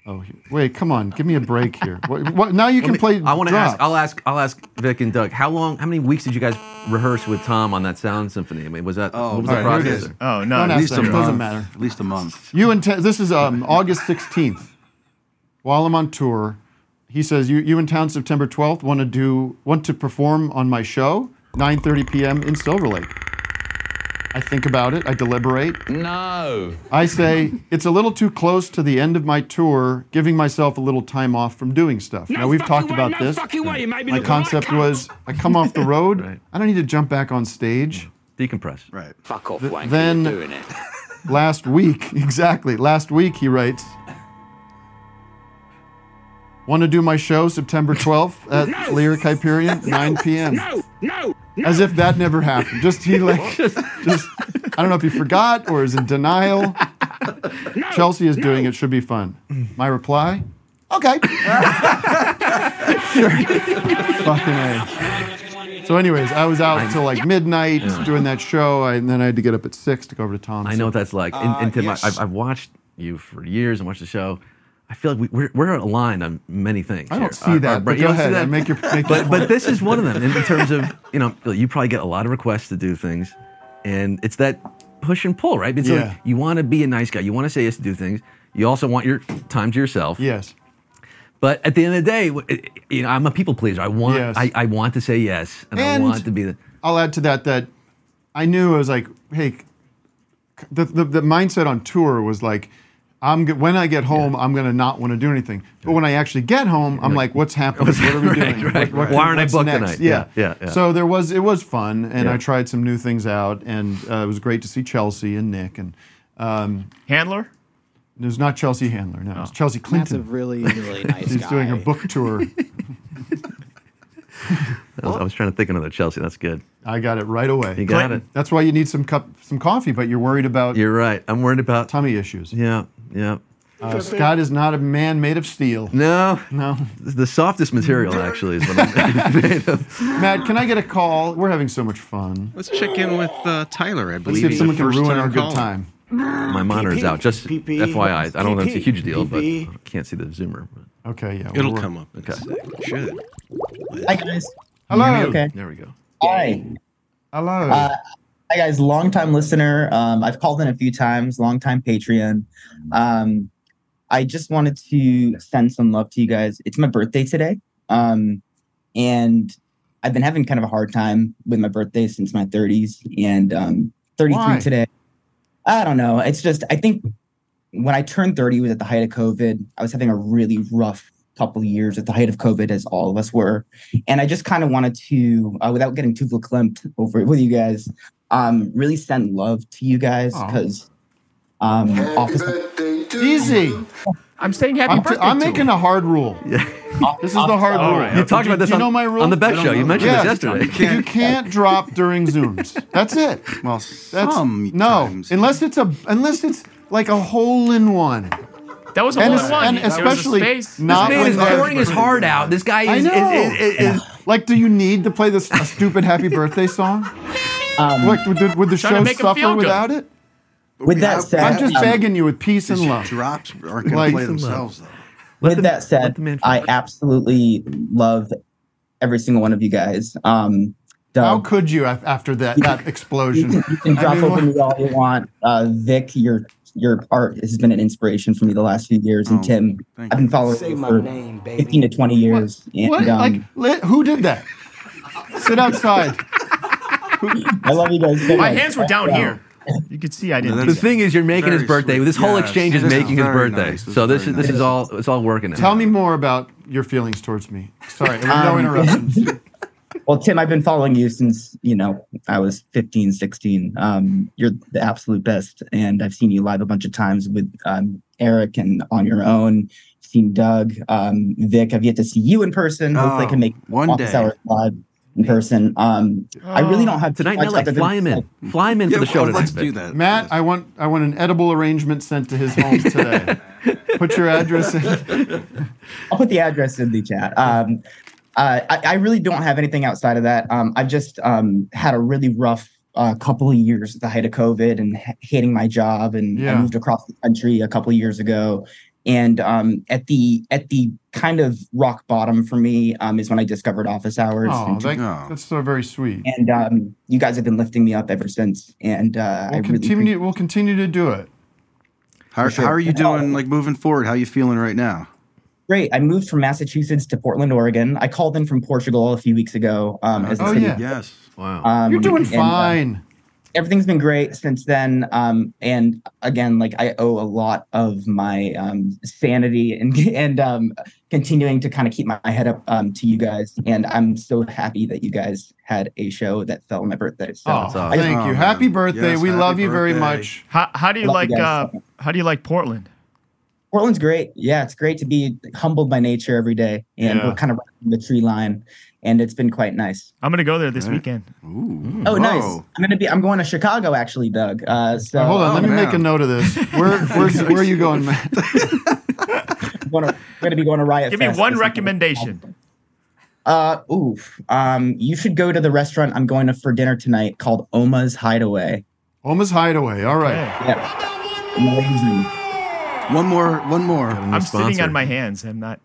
Speaker 4: Oh he- wait! Come on, give me a break here. What, what, now you
Speaker 9: Let
Speaker 4: can
Speaker 9: me-
Speaker 4: play.
Speaker 9: I want to ask.
Speaker 4: drop.
Speaker 9: I'll ask. I'll ask Vic and Doug. How long? How many weeks did you guys rehearse with Tom on that sound symphony? I mean, was that?
Speaker 5: Oh,
Speaker 9: what was
Speaker 5: all
Speaker 9: the
Speaker 5: right, here it
Speaker 9: process?
Speaker 5: is.
Speaker 9: there?
Speaker 5: Oh, no, Don't at ask least a that. It doesn't month. matter. At least a month.
Speaker 4: You intend this is um, August 16th. While I'm on tour, he says you you in town September 12th want to do want to perform on my show 9:30 p.m. in Silver Lake. I think about it. I deliberate.
Speaker 14: No.
Speaker 4: I say it's a little too close to the end of my tour, giving myself a little time off from doing stuff.
Speaker 14: No
Speaker 4: now we've
Speaker 14: fucking
Speaker 4: talked
Speaker 14: way,
Speaker 4: about
Speaker 14: no
Speaker 4: this.
Speaker 14: fucking way, you made me
Speaker 4: my
Speaker 14: look like a
Speaker 4: concept was I come off the road. I don't need to jump back on stage.
Speaker 9: Decompress.
Speaker 5: Right.
Speaker 14: Fuck off,
Speaker 4: Th-
Speaker 14: Wayne.
Speaker 4: then-
Speaker 14: You're doing it.
Speaker 4: last week, exactly. Last week, he writes, Want to do my show September 12th at Lyric Hyperion, 9 p.m. No, no, As if that never happened. Just he, like, just, I don't know if he forgot or is in denial. Chelsea is doing it, should be fun. My reply? Okay. sure. Fucking A. So, anyways, I was out till like midnight doing that show, I, and then I had to get up at six to go over to Tom's.
Speaker 9: I know what that's like. And, and Tim, I, I've, I've watched you for years and watched the show. I feel like we, we're, we're aligned on many things.
Speaker 4: I don't
Speaker 9: here. Uh,
Speaker 4: see that, but
Speaker 9: you
Speaker 4: go
Speaker 9: don't see
Speaker 4: ahead.
Speaker 9: that?
Speaker 4: Make your- make your
Speaker 9: but,
Speaker 4: point.
Speaker 9: but this is one of them in terms of you know you probably get a lot of requests to do things, and it's that push and pull, right? It's like
Speaker 4: Yeah.
Speaker 9: you want to be a nice guy. You want to say yes to do things. You also want your time to yourself.
Speaker 4: Yes.
Speaker 9: But at the end of the day, w- it- it- you know, I'm a people pleaser. I want
Speaker 4: Yes.
Speaker 9: I, I want to say yes, and,
Speaker 4: And-
Speaker 9: I want to be the
Speaker 4: I'll add to that that I knew I was like, hey, c- the, the, the mindset on tour was like, I'm go- when I get home, I'm gonna not want to do anything. But when I actually get home, I'm like, what's happening? What are we
Speaker 9: Right,
Speaker 4: doing?
Speaker 9: right.
Speaker 4: What- what
Speaker 9: Why
Speaker 4: can-
Speaker 9: aren't I
Speaker 4: what's
Speaker 9: booked
Speaker 4: next?
Speaker 9: tonight?
Speaker 4: Yeah.
Speaker 9: Yeah, yeah, yeah.
Speaker 4: So there was it was fun, and
Speaker 9: Yeah.
Speaker 4: I tried some new things out, and uh, it was great to see Chelsea and Nick and um,
Speaker 11: Handler.
Speaker 4: It was not Chelsea Handler. No, it was Chelsea
Speaker 12: Matt's
Speaker 4: Clinton.
Speaker 12: a really, really nice
Speaker 4: She's doing her
Speaker 12: guy.
Speaker 4: book tour.
Speaker 9: I was, I was trying to think of another Chelsea. That's good.
Speaker 4: I got it right away.
Speaker 9: You got Clinton. it.
Speaker 4: That's why you need some cup, some coffee, but you're worried about.
Speaker 9: You're right. I'm worried about
Speaker 4: tummy issues.
Speaker 9: Yeah, yeah.
Speaker 4: Uh, Scott is not a man made of steel.
Speaker 9: No,
Speaker 4: no.
Speaker 9: The softest material actually is what I'm made of.
Speaker 4: Matt, can I get a call? We're having so much fun.
Speaker 8: Let's check in with uh, Tyler. I
Speaker 4: Let's
Speaker 8: believe
Speaker 4: see if
Speaker 8: he's
Speaker 4: someone
Speaker 8: the
Speaker 4: can
Speaker 8: first
Speaker 4: ruin
Speaker 8: time
Speaker 4: our good
Speaker 8: caller.
Speaker 4: time.
Speaker 9: My monitor's out. Just
Speaker 4: PP,
Speaker 9: FYI, I don't know if it's a huge deal, but
Speaker 12: PP.
Speaker 9: I can't see the zoomer.
Speaker 4: Okay, yeah.
Speaker 8: It'll
Speaker 9: we're-
Speaker 8: come up. Okay. Should.
Speaker 14: Hi guys.
Speaker 4: Hello.
Speaker 14: Okay.
Speaker 9: There we go.
Speaker 14: Hi.
Speaker 4: Hello.
Speaker 14: Uh, hi guys, long time listener. Um, I've called in a few times, long time Patreon. Um, I just wanted to send some love to you guys. It's my birthday today. Um, and I've been having kind of a hard time with my birthday since my 30s and um 33
Speaker 15: Why?
Speaker 14: today. I don't know. It's just I think when I turned 30 was at the height of COVID. I was having a really rough couple of years at the height of COVID, as all of us were. And I just kind of wanted to, uh, without getting too verklempt over it with you guys, um, really send love to you guys because um, office.
Speaker 4: Easy.
Speaker 11: I'm saying
Speaker 14: happy
Speaker 4: I'm,
Speaker 14: birthday
Speaker 4: I'm
Speaker 14: to
Speaker 4: making a hard rule.
Speaker 9: Yeah.
Speaker 4: This is the hard
Speaker 9: All
Speaker 4: rule.
Speaker 9: right, You okay. talked about
Speaker 4: Do
Speaker 9: this
Speaker 4: you
Speaker 9: on-
Speaker 4: know my rule?
Speaker 9: on the Beck I don't Show. You know. mentioned this
Speaker 4: Yeah.
Speaker 9: yesterday.
Speaker 4: You can't, drop during Zooms. That's it.
Speaker 5: Well,
Speaker 4: That's, no, unless it's a unless it's like a hole in one.
Speaker 11: That was a
Speaker 4: and
Speaker 11: hole
Speaker 4: es-
Speaker 11: in one.
Speaker 4: And
Speaker 11: There was a
Speaker 4: especially
Speaker 11: space.
Speaker 4: not
Speaker 11: This man
Speaker 4: when
Speaker 11: is
Speaker 4: there's-
Speaker 11: pouring his heart out. This guy
Speaker 4: I
Speaker 11: is-
Speaker 4: know.
Speaker 11: is- is- is-
Speaker 4: like, do you need to play this a stupid happy birthday song?
Speaker 14: Um,
Speaker 4: like, would the, would the
Speaker 5: Trying to
Speaker 4: show
Speaker 5: make him feel
Speaker 4: suffer
Speaker 5: good.
Speaker 4: without it?
Speaker 14: With that said,
Speaker 4: I'm just
Speaker 14: um,
Speaker 4: begging you with peace and love.
Speaker 5: Drops aren't
Speaker 4: Like-
Speaker 5: though.
Speaker 14: with that said, I absolutely love every single one of you guys. Um,
Speaker 4: How
Speaker 14: Doug,
Speaker 4: could you af- after that that explosion?
Speaker 14: you can, you can
Speaker 4: I
Speaker 14: drop
Speaker 4: mean,
Speaker 14: over
Speaker 4: what-
Speaker 14: me all you want. Uh, Vic, your your art has been an inspiration for me the last few years, and Tim, I've
Speaker 4: Oh, thank
Speaker 14: been
Speaker 4: you.
Speaker 14: following
Speaker 4: Say
Speaker 14: you
Speaker 4: my
Speaker 14: for
Speaker 4: name, baby.
Speaker 14: fifteen to twenty years. and
Speaker 4: what?
Speaker 14: um,
Speaker 4: like, li- who did that? Sit outside.
Speaker 14: I love you guys.
Speaker 11: My hands were down here. You could see I didn't. do
Speaker 9: The
Speaker 11: that.
Speaker 9: thing is, you're making his
Speaker 11: Very
Speaker 9: birthday.
Speaker 11: sweet.
Speaker 9: This whole
Speaker 11: Yes.
Speaker 9: exchange is
Speaker 11: This is
Speaker 9: making his
Speaker 11: very
Speaker 9: birthday.
Speaker 11: nice. This is
Speaker 9: So this
Speaker 11: very
Speaker 9: is this
Speaker 11: nice.
Speaker 9: is all it's all working out.
Speaker 4: Tell me more about your feelings towards me. Sorry, no
Speaker 14: Um,
Speaker 4: interruptions.
Speaker 14: Well, Tim, I've been following you since, you know, I was 15, 16. Um, you're the absolute best. And I've seen you live a bunch of times with um, Eric and on your own. Seen Doug, um, Vic. I've yet to see you in person. Hopefully, I can
Speaker 5: Oh,
Speaker 14: make
Speaker 5: one
Speaker 14: office
Speaker 5: day.
Speaker 14: hour live in person. Um, I really don't have
Speaker 9: Oh, tonight.
Speaker 14: much
Speaker 9: Now, like,
Speaker 14: other than-
Speaker 9: fly him in. Fly him in for the show tonight. Vic.
Speaker 4: Matt, I want I want an edible arrangement sent to his home today. Put your address in.
Speaker 14: I'll put the address in the chat. Um, uh, I, I really don't have anything outside of that. Um, I've just um, had a really rough uh, couple of years at the height of COVID and h- hating my job, and I
Speaker 15: Yeah.
Speaker 14: moved across the country a couple of years ago. And um, at the at the kind of rock bottom for me um, is when I discovered office hours.
Speaker 4: Oh,
Speaker 14: and,
Speaker 4: thank- that's so very sweet.
Speaker 14: and, um, you guys have been lifting me up ever since. And uh, I
Speaker 4: We'll
Speaker 14: really
Speaker 4: continue. we'll continue to do it.
Speaker 5: How,
Speaker 14: sure.
Speaker 5: how are you doing, like moving forward? How you feeling right now?
Speaker 14: Great. I moved from Massachusetts to Portland, Oregon. I called in from Portugal a few weeks ago. Um, as the
Speaker 5: Oh,
Speaker 14: city-
Speaker 5: yeah. Yes.
Speaker 9: Wow.
Speaker 14: Um,
Speaker 4: You're doing
Speaker 14: and, uh,
Speaker 4: fine.
Speaker 14: everything's been great since then. Um, and again, like I owe a lot of my um, sanity and and um, continuing to kind of keep my head up um, to you guys. And I'm so happy that you guys had a show that fell on my birthday. So
Speaker 4: Oh,
Speaker 14: I just-
Speaker 4: thank you. Happy birthday. we love you very much.
Speaker 11: How, how do you
Speaker 14: Love
Speaker 11: like?
Speaker 14: you
Speaker 11: Uh,
Speaker 14: guys.
Speaker 11: how do you like Portland?
Speaker 14: Portland's great. Yeah, it's great to be humbled by nature every day, and
Speaker 11: Yeah.
Speaker 14: we're kind of riding the tree line, and it's been quite nice.
Speaker 11: I'm gonna go there this weekend.
Speaker 4: Hmm,
Speaker 14: Oh, nice! I'm gonna be. I'm going to Chicago actually, Doug. Uh, so
Speaker 4: Now, hold
Speaker 11: Oh,
Speaker 4: on. let me make a note of this. Where where's, where are you going, Matt?
Speaker 14: I'm gonna, I'm gonna be going to Riot.
Speaker 11: Give me
Speaker 14: Fest
Speaker 11: one
Speaker 14: this weekend.
Speaker 11: recommendation.
Speaker 14: Uh, oof. Um, you should go to the restaurant I'm going to for dinner tonight called Oma's Hideaway.
Speaker 4: Oma's Hideaway. All right.
Speaker 14: Yeah. Amazing.
Speaker 5: One more. One more.
Speaker 11: I'm sitting on my hands. I'm not.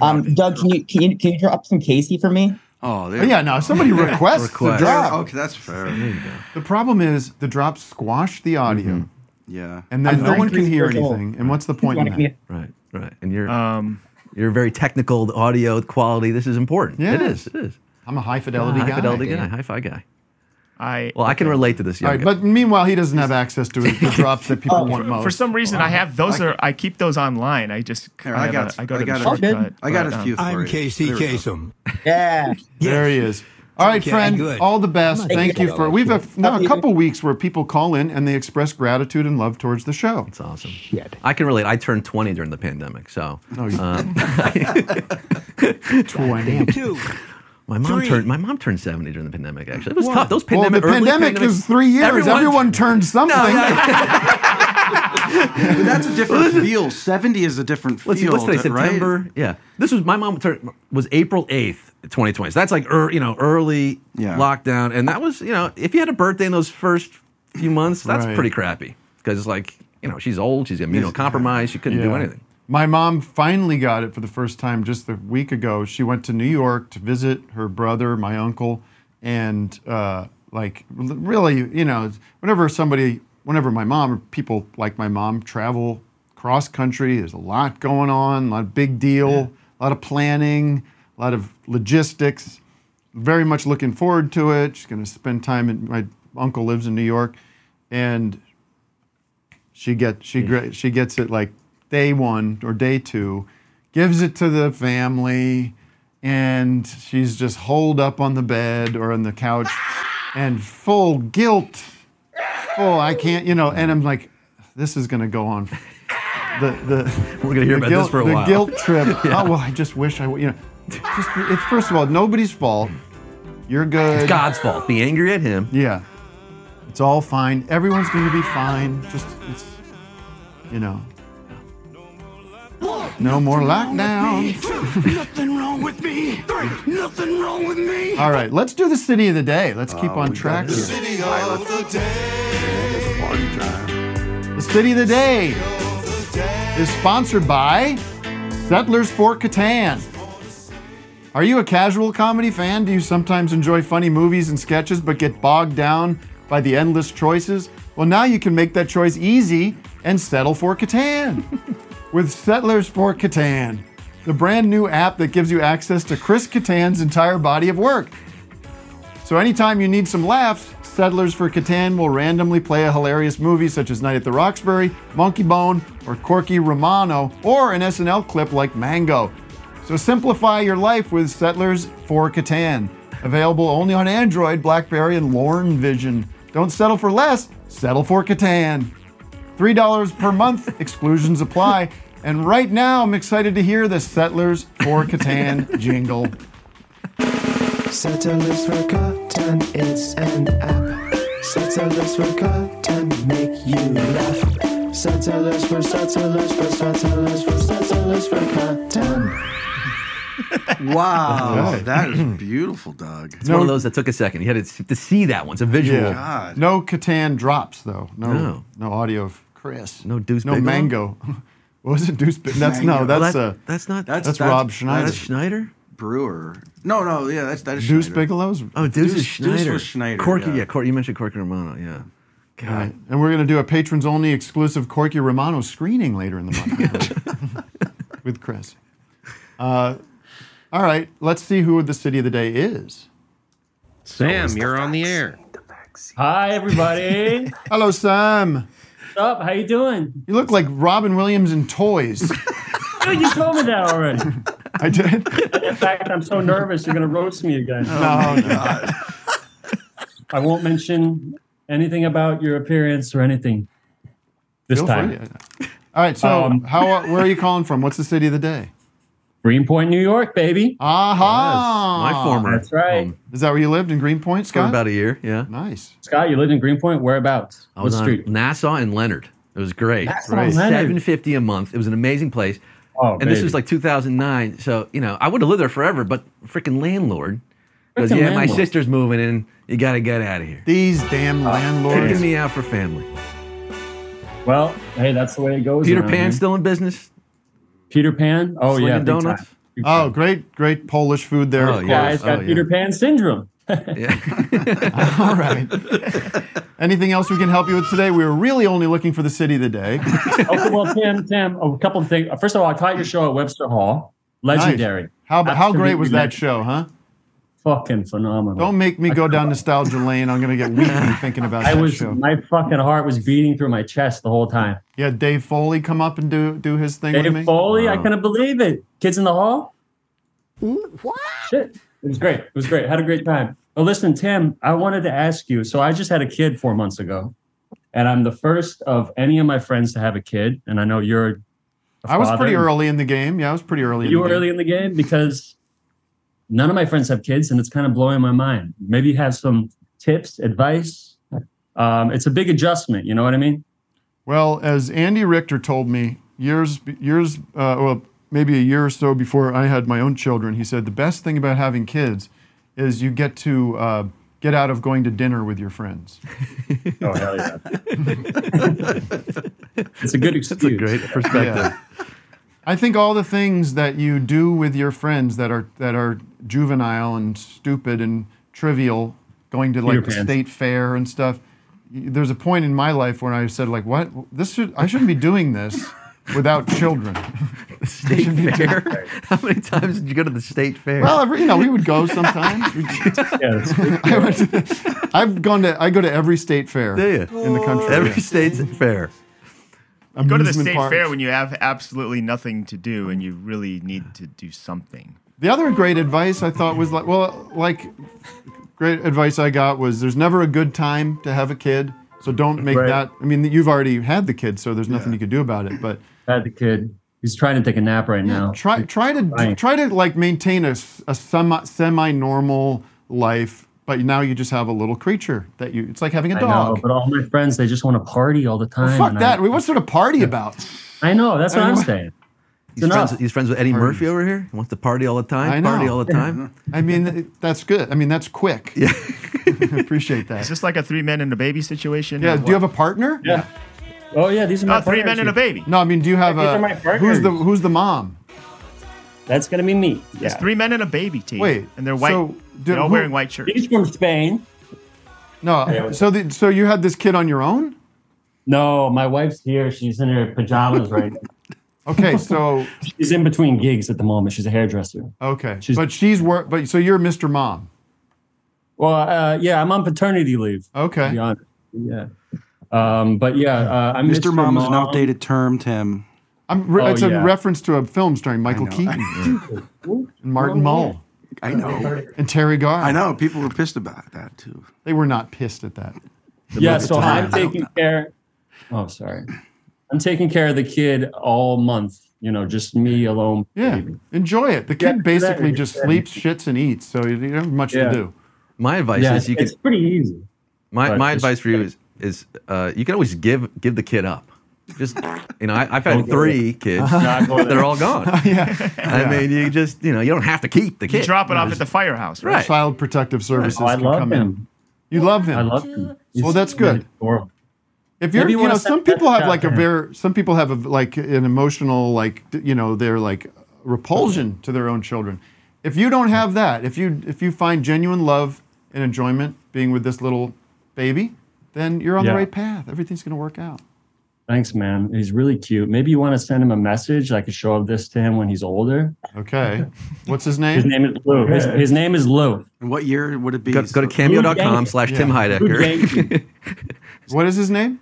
Speaker 14: Um, Doug, can you can you can you drop some Casey for me?
Speaker 5: Oh,
Speaker 4: Oh, yeah, no, somebody requests
Speaker 5: Request.
Speaker 4: the drop.
Speaker 5: Okay, that's fair.
Speaker 4: The problem is the drops squash the audio,
Speaker 5: Yeah.
Speaker 4: and then
Speaker 9: Mm-hmm. I'm
Speaker 4: no one can
Speaker 9: 33
Speaker 4: hear
Speaker 9: years old.
Speaker 4: anything. And what's the point? In that?
Speaker 9: Right, right. And you're you're very technical. The audio quality. This is important.
Speaker 4: Yeah.
Speaker 9: It is. It is.
Speaker 4: I'm a high fidelity
Speaker 9: Ah,
Speaker 4: guy.
Speaker 9: High fidelity
Speaker 4: dude.
Speaker 9: guy. Hi-fi guy.
Speaker 11: I
Speaker 9: well, I can relate to this.
Speaker 4: All
Speaker 9: Young
Speaker 4: right, but meanwhile, he doesn't have access to the drops that people want most.
Speaker 11: Oh, For some reason, I have those. Are I keep those online. I just
Speaker 5: Here,
Speaker 11: I,
Speaker 5: I
Speaker 11: have
Speaker 5: got-
Speaker 11: a- I go
Speaker 5: I
Speaker 11: to
Speaker 5: got
Speaker 11: the
Speaker 5: a-
Speaker 11: shortcut,
Speaker 5: I got
Speaker 11: but,
Speaker 5: a
Speaker 11: um,
Speaker 5: few for
Speaker 12: I'm
Speaker 5: you.
Speaker 12: KC
Speaker 5: There we go.
Speaker 12: Kasem.
Speaker 14: Yeah.
Speaker 4: There he is. All right,
Speaker 12: Okay,
Speaker 4: friend.
Speaker 12: good.
Speaker 4: All the best.
Speaker 12: Thank
Speaker 4: Thank
Speaker 12: you.
Speaker 4: you for. We've a, now a couple weeks where people call in and they express gratitude and love towards the show. That's
Speaker 9: awesome. I can relate. I turned 20 during the pandemic, so. um,
Speaker 4: Oh, Twenty.
Speaker 12: Two.
Speaker 9: My mom
Speaker 4: Three.
Speaker 9: turned. My mom turned 70 during the pandemic. Actually, it was
Speaker 4: One.
Speaker 9: tough. Those
Speaker 4: Well,
Speaker 9: pandemic.
Speaker 4: the
Speaker 9: early
Speaker 4: pandemic
Speaker 9: pandemic-
Speaker 4: is three years. Everyone, turned something.
Speaker 10: Oh,
Speaker 5: But that's a different feel. 70 is a different feel.
Speaker 9: Let's see. What's today?
Speaker 5: right?
Speaker 9: September. Yeah. This was my mom turned, was April 8th, 2020. So that's like er, you know early lockdown, and that was you know if you had a birthday in those first few months, that's
Speaker 4: Right.
Speaker 9: pretty crappy because it's like you know she's old, she's immunocompromised, she couldn't do
Speaker 4: Yeah.
Speaker 9: anything.
Speaker 4: My mom finally got it for the first time just a week ago. She went to New York to visit her brother, my uncle, and uh, like l- really, you know, whenever somebody, whenever my mom, people like my mom travel cross country, there's a lot going on, a lot of big deal, a lot of planning, a lot of logistics. Very much looking forward to it. She's going to spend time. In, my uncle lives in New York, and she get she gra- she gets it like day one or day two, gives it to the family, and she's just holed up on the bed or on the couch, and full guilt, full I can't you know. And I'm like, this is gonna go on. f- The the
Speaker 9: We're gonna hear
Speaker 4: the
Speaker 9: about this
Speaker 4: guilt,
Speaker 9: for a
Speaker 4: the
Speaker 9: while.
Speaker 4: guilt trip.
Speaker 9: Yeah.
Speaker 4: Oh well, I just wish I w- you know. Just, it's first of all nobody's fault. You're good.
Speaker 9: It's God's fault. Be angry at him.
Speaker 4: Yeah. It's all fine. Everyone's going to be fine. Just, it's, you know. No more lockdown.
Speaker 6: Nothing wrong with me. Three. Nothing wrong with me.
Speaker 4: All right, let's do the city of the day. Let's keep on track.
Speaker 6: The
Speaker 4: here.
Speaker 6: city of the day.
Speaker 4: The city of the day is sponsored by Settlers Fort Catan. Are you a casual comedy fan? Do you sometimes enjoy funny movies and sketches but get bogged down by the endless choices? Well, now you can make that choice easy and settle for Catan with Settlers Fort Catan, the brand new app that gives you access to Chris Catan's entire body of work. So anytime you need some laughs, Settlers for Catan will randomly play a hilarious movie such as Night at the Roxbury, Monkey Bone, or Corky Romano, or an SNL clip like Mango. So simplify your life with Settlers for Catan. Available only on Android, BlackBerry, and Lorne Vision. Don't settle for less, settle for Catan. $3 per month, exclusions apply. And right now, I'm excited to hear the Settlers for Catan jingle.
Speaker 15: Settlers for Catan, it's an app. Settlers for Catan make you laugh. Settlers for settlers for settlers for settlers for Catan.
Speaker 5: Wow.
Speaker 4: Okay.
Speaker 5: Oh, That is beautiful, Doug.
Speaker 9: It's one of those that took a second. You had to, s- to see that one. It's a visual.
Speaker 4: Yeah. No Catan drops though. No, no,
Speaker 9: No.
Speaker 4: audio of Chris.
Speaker 9: No Deuce
Speaker 4: No
Speaker 9: Bigelow?
Speaker 4: mango. what was it? Deuce. Bi- that's
Speaker 5: Mango.
Speaker 4: no. That's
Speaker 5: Well, that-
Speaker 4: uh,
Speaker 9: That's not.
Speaker 4: That's, Rob Schneider.
Speaker 9: That's Schneider.
Speaker 5: Brewer. No, no, yeah, that's that is
Speaker 4: Deuce
Speaker 5: Schneider.
Speaker 4: Bigelow's.
Speaker 9: Oh, Deuce, is
Speaker 5: Deuce-
Speaker 9: Schneider.
Speaker 5: Deuce was Schneider,
Speaker 9: Corky,
Speaker 5: yeah.
Speaker 9: yeah. Cor- you mentioned Corky Romano. Yeah.
Speaker 4: All right. And we're gonna do a patrons only exclusive Corky Romano screening later in the month with Chris. Uh, all right. Let's see who the city of the day is.
Speaker 8: Sam, you're on the air.
Speaker 16: Hi, everybody.
Speaker 4: Hello, Sam.
Speaker 16: What's up? How you doing?
Speaker 4: You look like Robin Williams in Toys.
Speaker 16: Dude, you told me that already.
Speaker 4: I did.
Speaker 16: In fact, I'm so nervous you're going to roast me again.
Speaker 4: No,
Speaker 16: I won't mention anything about your appearance or anything this
Speaker 4: Feel
Speaker 16: time.
Speaker 4: free. All right. So,
Speaker 16: Um,
Speaker 4: how? Where are you calling from? What's the city of the day?
Speaker 16: Greenpoint, New York, baby.
Speaker 4: Aha!
Speaker 16: Yes, my former That's right.
Speaker 4: Is that where you lived in Greenpoint, Scott?
Speaker 9: about a year. Yeah.
Speaker 4: Nice.
Speaker 16: Scott, you lived in Greenpoint. Whereabouts?
Speaker 9: I was
Speaker 16: what
Speaker 9: on
Speaker 16: street?
Speaker 9: Nassau and Leonard. It was great.
Speaker 16: Nassau and Great. Leonard.
Speaker 9: Seven fifty a month. It was an amazing place.
Speaker 16: Oh,
Speaker 9: and this
Speaker 16: baby.
Speaker 9: was like 2009. So you know, I would have lived there forever, but freaking landlord goes,
Speaker 4: Frickin'
Speaker 9: "Yeah, my
Speaker 4: landlord.
Speaker 9: sister's moving in. You got to get out of here."
Speaker 4: These
Speaker 16: Oh.
Speaker 4: damn landlords.
Speaker 9: Kicking me out for family.
Speaker 16: Well, hey, that's the way it goes.
Speaker 9: Peter
Speaker 16: around
Speaker 9: Pan
Speaker 16: here.
Speaker 9: still in business.
Speaker 16: Peter Pan. Oh yeah,
Speaker 9: Slinging
Speaker 16: big
Speaker 9: donuts.
Speaker 16: time.
Speaker 4: Oh, great, great Polish food there.
Speaker 9: Oh,
Speaker 4: of
Speaker 9: yeah.
Speaker 4: course.
Speaker 16: Guys got Peter Pan syndrome.
Speaker 4: All right. Anything else we can help you with today? We were really only looking for the city of the day.
Speaker 16: oh, well, Tim, Tim, a couple of things. First of all, I caught your show at Webster Hall. Legendary.
Speaker 4: Nice. How how
Speaker 16: Absolutely
Speaker 4: great was that
Speaker 16: legendary.
Speaker 4: show, huh?
Speaker 16: fucking phenomenal.
Speaker 4: Don't make me go down nostalgia lane. I'm gonna get weepy thinking about
Speaker 16: I
Speaker 4: that
Speaker 16: was
Speaker 4: show.
Speaker 16: my fucking heart was beating through my chest the whole time.
Speaker 4: Yeah, Dave Foley come up and do do his thing with me.
Speaker 16: Dave Foley, I couldn't believe it. Kids in the Hall. What? Shit. It was great. It was great. Had a great time. But listen, Tim, I wanted to ask you. So I just had a kid four months ago, and I'm the first of any of my friends to have a kid. And I know you're. I
Speaker 4: I was pretty early in the game. Yeah, I was pretty early.
Speaker 16: you
Speaker 4: in
Speaker 16: were
Speaker 4: the
Speaker 16: early in the game because none of my friends have kids, and it's kind of blowing my mind. Maybe you have some tips, advice. Um, it's a big adjustment. You know what I mean?
Speaker 4: Well, as Andy Richter told me years, years, uh, well, maybe a year or so before I had my own children, he said the best thing about having kids is you get to uh, get out of going to dinner with your friends.
Speaker 16: Oh hell yeah! it's a good excuse. That's a
Speaker 9: great
Speaker 4: Yeah. I think all the things that you do with your friends that are that are juvenile and stupid and trivial, going to
Speaker 16: Peter
Speaker 4: like the
Speaker 16: Pan.
Speaker 4: state fair and stuff. y- There's a point in my life when I said like, "What? This should I shouldn't be doing this without children."
Speaker 9: State fair. How many times did you go to the state fair?
Speaker 4: Well, every, you know, we would go sometimes. We'd- I would, I've gone to I go to every state fair
Speaker 9: Do you?
Speaker 4: in the country.
Speaker 9: Every
Speaker 4: yeah.
Speaker 9: state's fair.
Speaker 11: Go to the
Speaker 4: Amusement
Speaker 11: state
Speaker 4: parks.
Speaker 11: fair when you have absolutely nothing to do and you really need to do something.
Speaker 4: The other great advice I thought was like, well, like, great advice I got was there's never a good time to have a kid, so don't make
Speaker 16: Right.
Speaker 4: that. I mean, you've already had the kid, so there's nothing you could do about it. But
Speaker 16: had the kid. He's trying to take a nap right now.
Speaker 4: try try to
Speaker 16: Right.
Speaker 4: try to like maintain a, s- a semi semi normal life, but now you just have a little creature that you. It's like having a
Speaker 16: I know,
Speaker 4: dog.
Speaker 16: but all my friends, they just want to party all the time.
Speaker 4: Well, fuck
Speaker 16: and
Speaker 4: that. what sort of party about?
Speaker 16: I, I know. Oh, That's what
Speaker 4: I
Speaker 16: I'm
Speaker 4: know.
Speaker 16: saying.
Speaker 9: He's friends,
Speaker 16: enough.
Speaker 9: he's friends with Eddie
Speaker 4: Parties.
Speaker 9: Murphy over here. He wants to party all the time.
Speaker 4: I know.
Speaker 9: Party all the time.
Speaker 4: I mean, th- that's good. I mean, that's quick. Yeah, appreciate
Speaker 11: Is
Speaker 4: that.
Speaker 11: this like a three men and a baby situation?
Speaker 4: Yeah. Do you have a partner?
Speaker 11: Yeah.
Speaker 16: Oh yeah, these are my
Speaker 11: Oh, three
Speaker 16: partners
Speaker 11: men and a
Speaker 16: here.
Speaker 11: baby.
Speaker 4: No, I mean, do you have
Speaker 11: These are
Speaker 4: a
Speaker 11: my
Speaker 4: who's the
Speaker 11: partners.
Speaker 4: who's the mom?
Speaker 16: That's gonna be me.
Speaker 11: It's
Speaker 16: Yeah.
Speaker 11: three men and a baby team.
Speaker 4: Wait,
Speaker 11: and they're white.
Speaker 4: so do-
Speaker 11: they're all
Speaker 4: who-
Speaker 11: wearing white shirts.
Speaker 16: He's from Spain.
Speaker 4: No, so the, so you had this kid on your own?
Speaker 16: No, my wife's here. She's in her pajamas right now.
Speaker 4: Okay, so
Speaker 16: She's in between gigs at the moment. She's a hairdresser.
Speaker 4: okay, but she's wor- but so you're Mr. Mom.
Speaker 16: Well, uh, yeah, I'm on paternity leave.
Speaker 4: Okay.
Speaker 16: to be honest. Yeah. Um, but yeah, uh, I'm
Speaker 5: Mr. Mom is an
Speaker 16: Mom.
Speaker 5: outdated term, Tim.
Speaker 4: I'm re-
Speaker 16: Oh,
Speaker 4: it's a
Speaker 16: yeah.
Speaker 4: reference to a film starring Michael Keaton and Martin
Speaker 16: Oh,
Speaker 4: Mull
Speaker 5: I know.
Speaker 4: and Terry Garr.
Speaker 5: I know. People were pissed about that too.
Speaker 4: They were not pissed at that.
Speaker 16: yeah,
Speaker 5: amount of
Speaker 16: so
Speaker 5: time.
Speaker 16: I'm taking care. Oh, sorry. I'm taking care of the kid all month. You know, just me alone.
Speaker 4: Yeah, enjoy it. The kid
Speaker 16: Yeah,
Speaker 4: basically
Speaker 16: exactly.
Speaker 4: just sleeps, shits, and eats, so you you don't have much
Speaker 16: Yeah.
Speaker 4: to do.
Speaker 9: My advice
Speaker 16: yeah,
Speaker 9: is you can.
Speaker 16: it's pretty easy.
Speaker 9: My,
Speaker 16: but
Speaker 9: my
Speaker 16: it's-
Speaker 9: advice for you is is uh, you can always give give the kid up. Just you know, I, I've had
Speaker 16: Don't go
Speaker 9: three kids.
Speaker 16: Not going
Speaker 9: They're all gone.
Speaker 4: yeah,
Speaker 9: I mean, you just you know, you don't have to keep the kid.
Speaker 11: You drop it off at the firehouse, right?
Speaker 9: Right.
Speaker 4: Child Protective Services
Speaker 16: Oh, I
Speaker 4: can
Speaker 16: love
Speaker 4: come
Speaker 16: him.
Speaker 4: in. You love him.
Speaker 16: I love him.
Speaker 4: Well,
Speaker 16: He's
Speaker 4: that's good.
Speaker 16: adorable.
Speaker 4: If you're,
Speaker 16: Maybe
Speaker 4: you
Speaker 16: wanna
Speaker 4: know,
Speaker 16: send
Speaker 4: some
Speaker 16: that
Speaker 4: people have
Speaker 16: shot
Speaker 4: like
Speaker 16: to
Speaker 4: a
Speaker 16: him.
Speaker 4: very, some people have a, like an emotional, like d- you know, they're like repulsion to their own children. If you don't have that, if you if you find genuine love and enjoyment being with this little baby, then you're on the
Speaker 16: Yeah.
Speaker 4: right path. Everything's gonna work out.
Speaker 16: Thanks, man. He's really cute. Maybe you want to send him a message. I could show of this to him when he's older.
Speaker 4: Okay. What's his
Speaker 16: His
Speaker 4: name?
Speaker 16: name is Lou. His, his name is Lou.
Speaker 5: And what year would it be?
Speaker 9: Go, go to cameo.com slash Tim Heidecker.
Speaker 16: Jenkins.
Speaker 4: What is his name?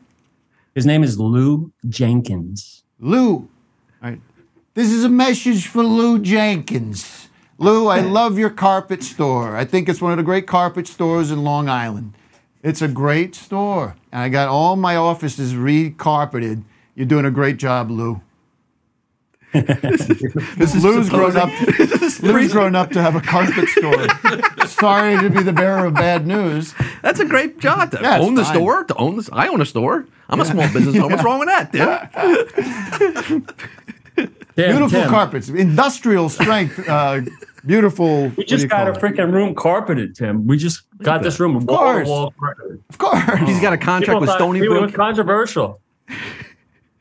Speaker 16: His name is Lou Jenkins.
Speaker 4: Lou. All right. This is a message for Lou Jenkins. Lou, I love your carpet store. I think it's one of the great carpet stores in Long Island. It's a great store. And I got all my offices re-carpeted. You're doing a great job, Lou. Because Lou's grown up Lou's grown up to have a carpet store. Sorry to be the bearer of bad news.
Speaker 9: That's a great job to
Speaker 4: Yeah, it's
Speaker 9: own the
Speaker 4: fine.
Speaker 9: store. To own this, I own a store. I'm a small business owner. What's wrong with that, dude?
Speaker 16: Tim,
Speaker 4: Beautiful
Speaker 16: Tim,
Speaker 4: carpets, industrial strength, uh, beautiful.
Speaker 16: We just got a freaking room carpeted, Tim. We just got this room
Speaker 4: course.
Speaker 16: wall-to-wall carpeted.
Speaker 4: Of course.
Speaker 9: He's got a contract
Speaker 16: People
Speaker 9: with
Speaker 16: thought-
Speaker 9: Stony
Speaker 16: people- It
Speaker 9: Brook.
Speaker 16: was controversial.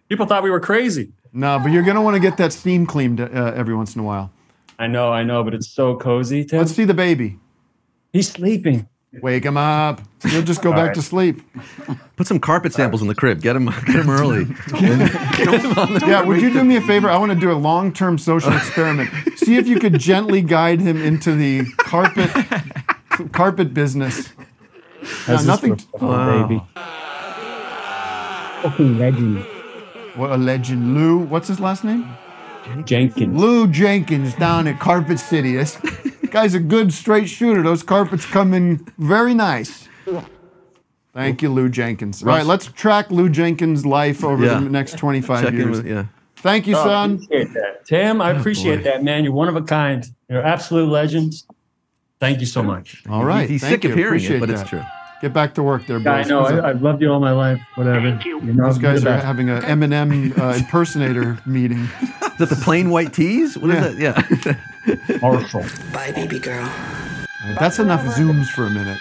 Speaker 16: People thought we were crazy.
Speaker 4: No, but you're gonna want to get that steam cleaned uh, every once in a while.
Speaker 16: I know, I know, but it's so cozy, Tim.
Speaker 4: Let's see the baby.
Speaker 16: He's sleeping.
Speaker 4: Wake him up. He'll just go back
Speaker 11: right.
Speaker 4: to sleep.
Speaker 9: Put some carpet samples in the crib. Get him, get him early.
Speaker 4: Yeah, would you do me a favor? I want to do a long-term social experiment. See if you could gently guide him into the carpet carpet business. Yeah,
Speaker 16: How's this
Speaker 4: nothing.
Speaker 16: for a fucking baby? Fucking legend.
Speaker 4: What a legend. Lou, what's his last name?
Speaker 16: Jenkins.
Speaker 4: Lou Jenkins down at Carpet City. This guy's a good straight shooter. Those carpets come in very nice. Thank you, Lou Jenkins. All right, let's track Lou Jenkins' life over
Speaker 9: Yeah.
Speaker 4: the next 25
Speaker 9: Check in
Speaker 4: years.
Speaker 9: with- yeah.
Speaker 4: Thank you,
Speaker 16: Oh,
Speaker 4: son.
Speaker 16: appreciate that. Tim, I appreciate that, man. You're one of a kind. You're absolute legends. Thank you so much.
Speaker 4: All right. thank you. Appreciate that. Get back to work there,
Speaker 16: Yeah, I
Speaker 4: boys.
Speaker 16: know. I, I've loved you all my life. Whatever. You know,
Speaker 4: Those
Speaker 16: you're
Speaker 4: guys
Speaker 16: the
Speaker 4: are
Speaker 16: best.
Speaker 4: having an Eminem uh, impersonator meeting. Is
Speaker 9: that the plain white tees? What is that?
Speaker 4: Yeah.
Speaker 16: Marshall.
Speaker 12: Bye, baby girl.
Speaker 4: That's enough Zooms for a minute.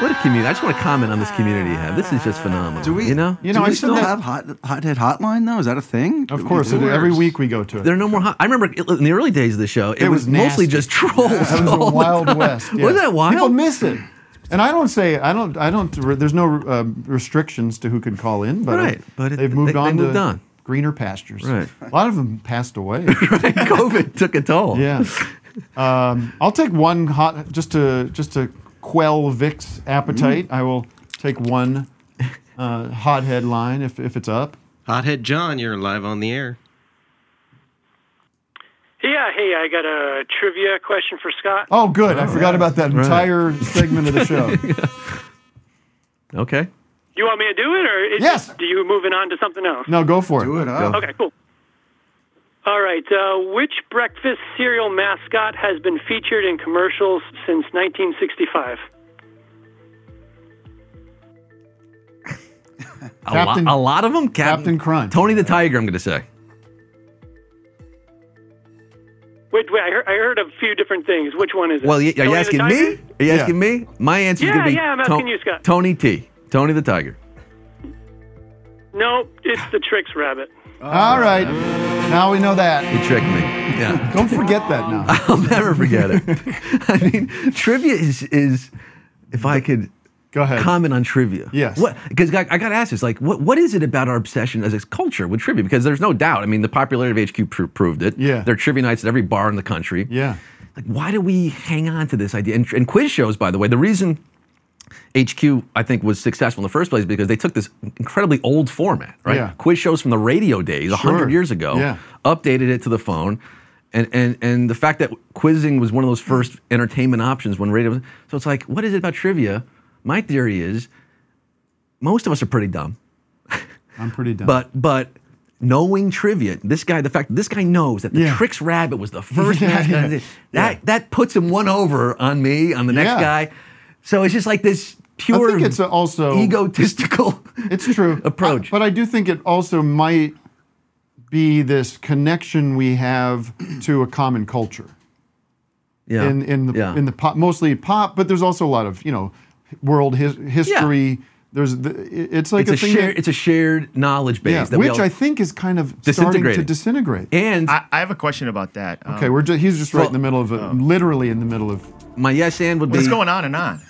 Speaker 9: What a community. I just want to comment on this community you have. This is just phenomenal. Do we, you know?
Speaker 5: do we still have hot, hothead hotline now? Is that a thing?
Speaker 4: Of course, it- every week we go to it.
Speaker 9: There are no more hot. I remember it- in the early days of the show, it,
Speaker 4: It
Speaker 9: was,
Speaker 4: was
Speaker 9: mostly
Speaker 4: nasty.
Speaker 9: just trolls.
Speaker 4: That was
Speaker 9: all
Speaker 4: the
Speaker 9: the
Speaker 4: Wild
Speaker 9: time.
Speaker 4: West. yeah.
Speaker 9: Wasn't that wild?
Speaker 4: People miss it. And I don't say I don't I don't. There's no uh, restrictions to who can call in, but, uh,
Speaker 9: Right, but it-
Speaker 4: they've moved
Speaker 9: they- they
Speaker 4: on
Speaker 9: moved
Speaker 4: to
Speaker 9: on.
Speaker 4: greener pastures.
Speaker 9: Right.
Speaker 4: A lot of them passed away.
Speaker 9: COVID took a toll.
Speaker 4: Yeah. Um, I'll take one hot just to just to quell Vic's
Speaker 9: Mm-hmm.
Speaker 4: appetite. I will take one uh, hot headline if if it's up.
Speaker 8: Hothead John, you're live on the air.
Speaker 17: Yeah, hey, I got a trivia question for Scott.
Speaker 4: Oh, good. I forgot about that
Speaker 9: Right.
Speaker 4: entire segment of the show.
Speaker 9: Okay.
Speaker 17: You want me to do it, or is
Speaker 4: Yes.
Speaker 17: Do you moving on to something else?
Speaker 4: No, go for it. Do it.
Speaker 17: Okay, cool. All right. Uh, which breakfast cereal mascot has been featured in commercials since 1965?
Speaker 9: A, lo-
Speaker 4: Captain-
Speaker 9: a lot of them? Captain,
Speaker 4: Crunch.
Speaker 9: Tony the Tiger, I'm going to say.
Speaker 17: Wait, wait. I heard, I heard a few different things. Which one is it?
Speaker 9: Well, y- are
Speaker 17: Tony
Speaker 9: you
Speaker 17: the
Speaker 9: asking
Speaker 17: Tiger?
Speaker 9: me? Are you asking me? My answer is
Speaker 17: Yeah,
Speaker 9: going to be
Speaker 17: yeah, I'm
Speaker 9: Ton-
Speaker 17: asking you, Scott.
Speaker 9: Tony T. Tony the Tiger.
Speaker 17: No, it's the Tricks Rabbit.
Speaker 4: All right. Now we know that.
Speaker 9: He tricked me. Yeah.
Speaker 4: Don't forget that now.
Speaker 9: I'll never forget it. I mean, trivia is is if I could
Speaker 4: go ahead
Speaker 9: comment on trivia.
Speaker 4: Yes.
Speaker 9: What? Because I, I got asked this, like, what what is it about our obsession as a culture with trivia? Because there's no doubt. I mean, the popularity of HQ pro- proved it.
Speaker 4: Yeah.
Speaker 9: There are trivia nights at every bar in the country.
Speaker 4: Yeah.
Speaker 9: Like, why do we hang on to this idea? And, and quiz shows, by the way, the reason HQ, I think, was successful in the first place because they took this incredibly old format, right?
Speaker 4: Yeah.
Speaker 9: Quiz shows from the radio days, a
Speaker 4: Sure.
Speaker 9: 100 years ago,
Speaker 4: Yeah.
Speaker 9: updated it to the phone. And, and, and the fact that quizzing was one of those first entertainment options when radio was. So it's like, what is it about trivia? My theory is most of us are pretty dumb.
Speaker 4: I'm pretty done.
Speaker 9: But but knowing trivia, this guy, the fact this guy knows that the
Speaker 4: Yeah.
Speaker 9: Tricks Rabbit was the first
Speaker 4: Yeah,
Speaker 9: mascot,
Speaker 4: yeah.
Speaker 9: that that puts him one over on me, on the next
Speaker 4: Yeah.
Speaker 9: guy. So it's just like this pure e
Speaker 4: I think it's also
Speaker 9: egotistical.
Speaker 4: Oh. It's true approach, but I do think it also might be this connection we have to a common culture.
Speaker 9: Yeah.
Speaker 4: In in the
Speaker 9: Yeah.
Speaker 4: in the pop, mostly pop, but there's also a lot of you know world his, history. There's the, it- it's like
Speaker 9: it's
Speaker 4: a,
Speaker 9: a,
Speaker 4: thing
Speaker 9: shared
Speaker 4: that,
Speaker 9: it's a shared knowledge base
Speaker 4: yeah,
Speaker 9: that we
Speaker 4: which
Speaker 9: all,
Speaker 4: I think is kind of starting to
Speaker 9: Disintegrating.
Speaker 4: disintegrate.
Speaker 9: and
Speaker 11: I, I have a question about that. Um,
Speaker 4: Okay, we're just, he's just right
Speaker 11: well-
Speaker 4: in the middle of it, literally in the middle of.
Speaker 9: oh. my yes and would be
Speaker 11: What's going on and on?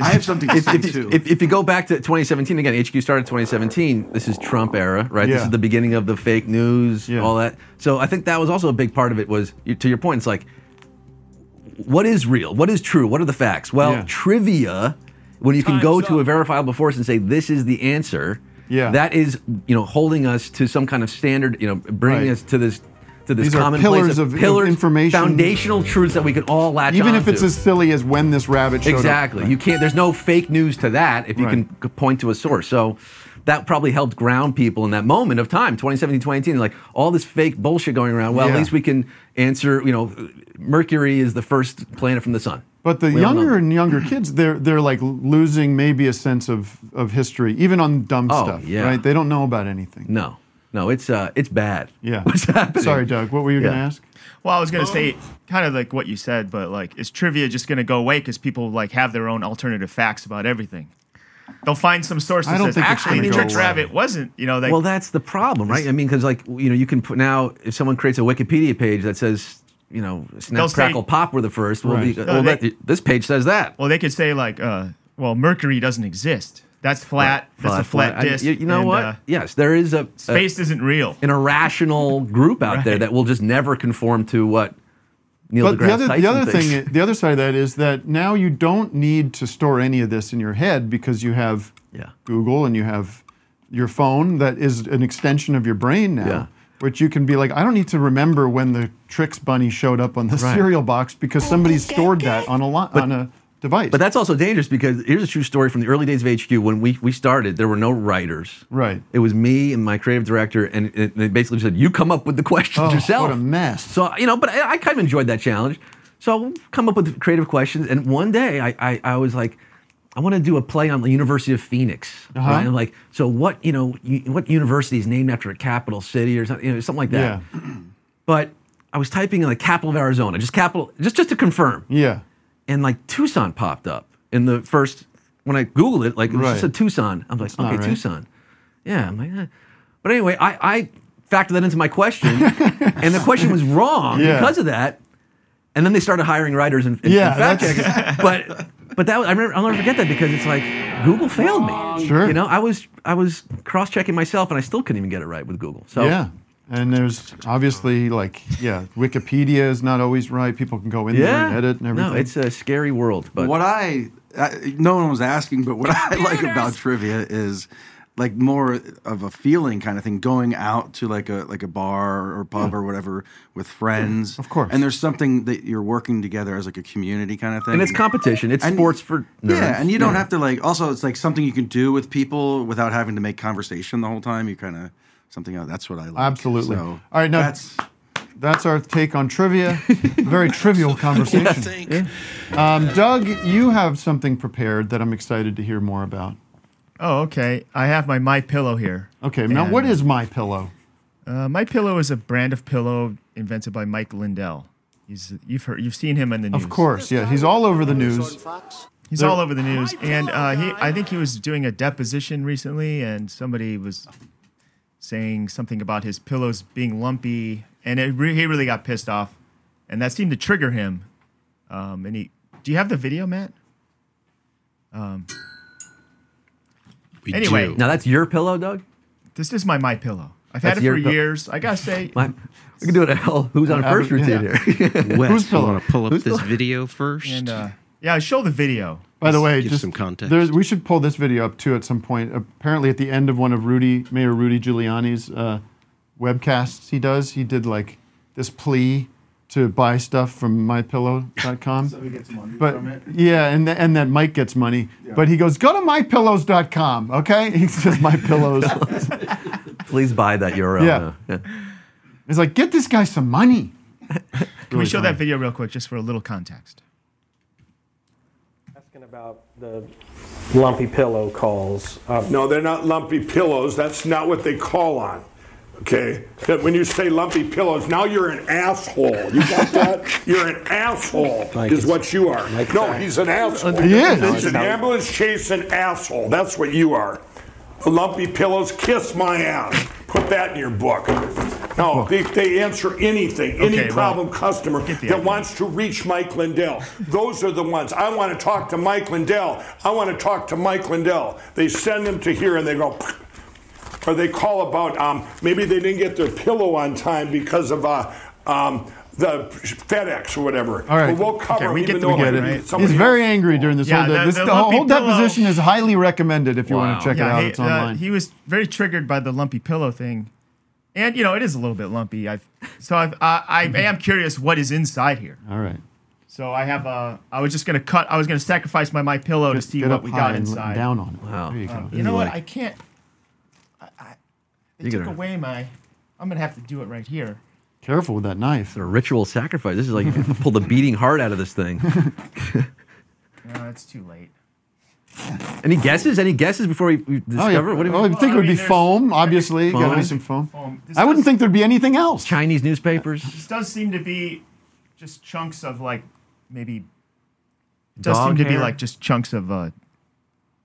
Speaker 5: I have something to
Speaker 9: if,
Speaker 5: say
Speaker 9: if,
Speaker 5: too.
Speaker 9: If, if you go back to 2017 again, HQ started 2017. This is Trump era, right? This
Speaker 5: Yeah.
Speaker 9: is the beginning of the fake news, all that. So I think that was also a big part of it. Was you- to your point, it's like, what is real? What is true? What are the facts? Well,
Speaker 4: Yeah.
Speaker 9: trivia, when you can go to a verifiable force and say this is the answer,
Speaker 4: Yeah.
Speaker 9: that is you know holding us to some kind of standard, you know, bringing
Speaker 4: Right.
Speaker 9: us to this. To this
Speaker 4: These are
Speaker 9: common
Speaker 4: pillars
Speaker 9: place
Speaker 4: of- of information.
Speaker 9: foundational truths that we can all latch
Speaker 4: Even if
Speaker 9: onto.
Speaker 4: it's as silly as when this rabbit showed
Speaker 9: Exactly.
Speaker 4: up.
Speaker 9: You can't. There's no fake news to that if you
Speaker 4: Right.
Speaker 9: can c- point to a source. So that probably helped ground people in that moment of time, 2017, 2018. Like all this fake bullshit going around. Well,
Speaker 4: Yeah.
Speaker 9: at least we can answer. You know, Mercury is the first planet from the sun.
Speaker 4: But the
Speaker 9: We all know
Speaker 4: younger and younger kids, they're they're like losing maybe a sense of, of history, even on dumb
Speaker 9: Oh,
Speaker 4: stuff.
Speaker 9: yeah.
Speaker 4: Right? They don't know about anything.
Speaker 9: No, no, it's uh, it's bad.
Speaker 4: Yeah.
Speaker 9: What's happening?
Speaker 4: Sorry, Doug. What were you gonna
Speaker 11: Yeah.
Speaker 4: ask?
Speaker 11: Well, I was gonna say kind of like what you said, but like, is trivia just gonna go away because people like have their own alternative facts about everything? They'll find some source
Speaker 9: I
Speaker 11: that
Speaker 9: don't
Speaker 11: says
Speaker 9: think it's
Speaker 11: actually
Speaker 9: gonna
Speaker 11: the
Speaker 9: go
Speaker 11: Tricks
Speaker 9: away.
Speaker 11: Rabbit wasn't. You know, like
Speaker 9: well, that's the problem, right? I mean, because like you know, you can put now if someone creates a Wikipedia page that says you know,
Speaker 11: They'll
Speaker 9: Snap
Speaker 11: say-
Speaker 9: Crackle Pop were the first. Well,
Speaker 11: Right.
Speaker 9: the,
Speaker 11: No,
Speaker 9: well,
Speaker 11: they-
Speaker 9: that- this page says that.
Speaker 11: Well, they could say like, uh, well, Mercury doesn't exist. That's flat. That's a flat,
Speaker 9: I-
Speaker 11: disk.
Speaker 9: you, you know
Speaker 11: and,
Speaker 9: what?
Speaker 11: uh,
Speaker 9: yes, there is a
Speaker 11: space
Speaker 9: a-
Speaker 11: isn't real.
Speaker 9: An irrational group out there
Speaker 11: Right.
Speaker 9: that will just never conform to what Neil
Speaker 4: but the
Speaker 9: deGrasse
Speaker 4: other,
Speaker 9: Tyson
Speaker 4: the other
Speaker 9: things.
Speaker 4: thing, the other side of that is that now you don't need to store any of this in your head because you have Google and you have your phone that is an extension of your brain now.
Speaker 9: Yeah.
Speaker 4: Which you can be like, I don't need to remember when the Trix Bunny showed up on the
Speaker 9: Right.
Speaker 4: cereal box because somebody stored that on a lo- on a device.
Speaker 9: But that's also dangerous because here's a true story from the early days of HQ. When we, we started, there were no writers.
Speaker 4: Right.
Speaker 9: It was me and my creative director, and it, they basically said, "You come up with the questions
Speaker 4: Oh,
Speaker 9: yourself."
Speaker 4: what a mess.
Speaker 9: So you know, but I, I kind of enjoyed that challenge. So I come up with creative questions, and one day I I, I was like, I want to do a play on the University of Phoenix.
Speaker 15: Uh-huh.
Speaker 9: Right? I'm like, so what you know, you, what university is named after a capital city or something, you know, something like that. But I was typing in the capital of Arizona, just capital, just just to confirm.
Speaker 4: Yeah.
Speaker 9: And like Tucson popped up in the first when I googled it, like it was
Speaker 15: Right.
Speaker 9: just a Tucson. I'm like,
Speaker 15: not
Speaker 9: okay,
Speaker 15: right.
Speaker 9: Tucson. Yeah, I'm like, eh. but anyway, I, I factored that into my question, and the question was wrong
Speaker 15: Yeah.
Speaker 9: because of that. And then they started hiring writers and, and-
Speaker 15: Yeah,
Speaker 9: and fact
Speaker 15: that's-
Speaker 9: checkers. But but that was, I remember I'll never forget that because it's like Google failed me.
Speaker 4: Sure.
Speaker 9: You know, I was I was cross checking myself, and I still couldn't even get it right with Google. So
Speaker 4: yeah, and there's obviously like yeah, Wikipedia is not always right. People can go in there and edit and everything.
Speaker 9: No, it's a scary world. But
Speaker 5: what I, I no one was asking, but what I like about trivia is like more of a feeling kind of thing, going out to like a like a bar or pub or whatever with friends,
Speaker 9: Of course.
Speaker 5: And there's something that you're working together as like a community kind of thing,
Speaker 9: and it's competition. It's
Speaker 5: And-
Speaker 9: sports for nerds.
Speaker 5: Yeah, and you don't
Speaker 9: Yeah.
Speaker 5: have to like. Also, it's like something you can do with people without having to make conversation the whole time. You kind of something else. That's what I like.
Speaker 4: Absolutely.
Speaker 5: So,
Speaker 4: All right, now that's, our take on trivia. Very trivial conversation. Um, Doug, you have something prepared that I'm excited to hear more about.
Speaker 11: Oh, okay. I have my My Pillow here.
Speaker 4: Okay, now what is My Pillow?
Speaker 11: Uh, my Pillow is a brand of pillow invented by Mike Lindell. He's you've heard you've seen him in the news.
Speaker 4: Of course, yeah, he's all over the news.
Speaker 11: He's
Speaker 4: There-
Speaker 11: all over the news, and uh, he I think he was doing a deposition recently, and somebody was saying something about his pillows being lumpy, and it re- he really got pissed off, and that seemed to trigger him. Um, and he, do you have the video, Matt? Um,
Speaker 9: We
Speaker 11: anyway,
Speaker 9: do. now that's your pillow, Doug.
Speaker 11: This is my my pillow. I've
Speaker 9: That's
Speaker 11: had it
Speaker 9: your
Speaker 11: for
Speaker 9: pill-
Speaker 11: years. I gotta say,
Speaker 9: My, we can do it. Hell, who's on
Speaker 11: Uh,
Speaker 9: first routine
Speaker 11: yeah.
Speaker 9: here?
Speaker 8: Wes,
Speaker 11: Who's
Speaker 8: you
Speaker 11: pillow?
Speaker 8: want to pull up
Speaker 11: Who's
Speaker 8: this
Speaker 11: pillow?
Speaker 8: video first?
Speaker 11: and uh, yeah, show the video.
Speaker 4: By the way,
Speaker 8: Give
Speaker 4: just
Speaker 8: some context.
Speaker 4: There's, we should pull this video up too at some point. Apparently, at the end of one of Rudy Mayor Rudy Giuliani's uh, webcasts, he does. He did like this plea to buy stuff from MyPillow.com. so he gets money but,
Speaker 5: from it.
Speaker 4: Yeah, and th- and that Mike gets money. But he goes, go to MyPillows.com. Okay, he says MyPillows.
Speaker 9: Please buy that URL.
Speaker 4: Yeah. He's like, get this guy some money.
Speaker 11: Can we show that video real quick, just for a little context?
Speaker 12: Asking about the lumpy pillow calls. Um,
Speaker 18: uh, No, they're not lumpy pillows. That's not what they call on. Okay? That When you say lumpy pillows, now you're an asshole. You got that? You're an asshole,
Speaker 12: Mike,
Speaker 18: is what you are. No, he's an asshole.
Speaker 12: He is.
Speaker 18: He's an ambulance chasing asshole. That's what you are. Lumpy pillows, kiss my ass. Put that in your book. No, they, they answer anything, any
Speaker 12: Okay, well,
Speaker 18: problem customer that wants to reach Mike Lindell. Those are the ones. I want to talk to Mike Lindell. I want to talk to Mike Lindell. They send them to here and they go, or they call about um, maybe they didn't get their pillow on time because of uh, um, the FedEx or whatever.
Speaker 4: All right.
Speaker 18: But we'll cover
Speaker 4: we
Speaker 18: them,
Speaker 4: get,
Speaker 18: even though
Speaker 4: it.
Speaker 18: maybe
Speaker 4: He's
Speaker 18: somebody
Speaker 4: very angry during this
Speaker 11: Yeah,
Speaker 4: whole day.
Speaker 11: the-
Speaker 4: This,
Speaker 11: the
Speaker 4: the whole,
Speaker 11: lumpy pillow-
Speaker 4: deposition is highly recommended if you want to check it
Speaker 11: Yeah,
Speaker 4: out.
Speaker 11: he,
Speaker 4: it's
Speaker 11: uh,
Speaker 4: online.
Speaker 11: he was very triggered by the lumpy pillow thing, and you know it is a little bit lumpy. I've so I've, I I am curious what is inside here.
Speaker 4: All right.
Speaker 11: So I have uh, I was just gonna cut. I was gonna sacrifice my my pillow to see
Speaker 4: Get
Speaker 11: what
Speaker 4: up
Speaker 11: we
Speaker 4: high
Speaker 11: got
Speaker 4: and look
Speaker 11: inside.
Speaker 4: down on it.
Speaker 9: Wow.
Speaker 4: There you go.
Speaker 11: Um, you know what? I can't. I, I, they
Speaker 9: You
Speaker 11: took
Speaker 9: gotta-
Speaker 11: away my. I'm gonna have to do it right here.
Speaker 4: Careful with that knife.
Speaker 9: A ritual sacrifice. This is like you pull the beating heart out of this thing.
Speaker 11: No, it's too late.
Speaker 9: Any guesses? Any guesses before we, we
Speaker 4: Oh,
Speaker 9: discover?
Speaker 4: yeah.
Speaker 9: What do you
Speaker 4: oh, I think it would be foam, obviously. Got to be some foam. I wouldn't think there'd be anything else.
Speaker 9: Chinese newspapers.
Speaker 11: This does seem to be just chunks of like maybe. It does
Speaker 4: Dog
Speaker 11: seem to be
Speaker 4: hair?
Speaker 11: like just chunks of uh,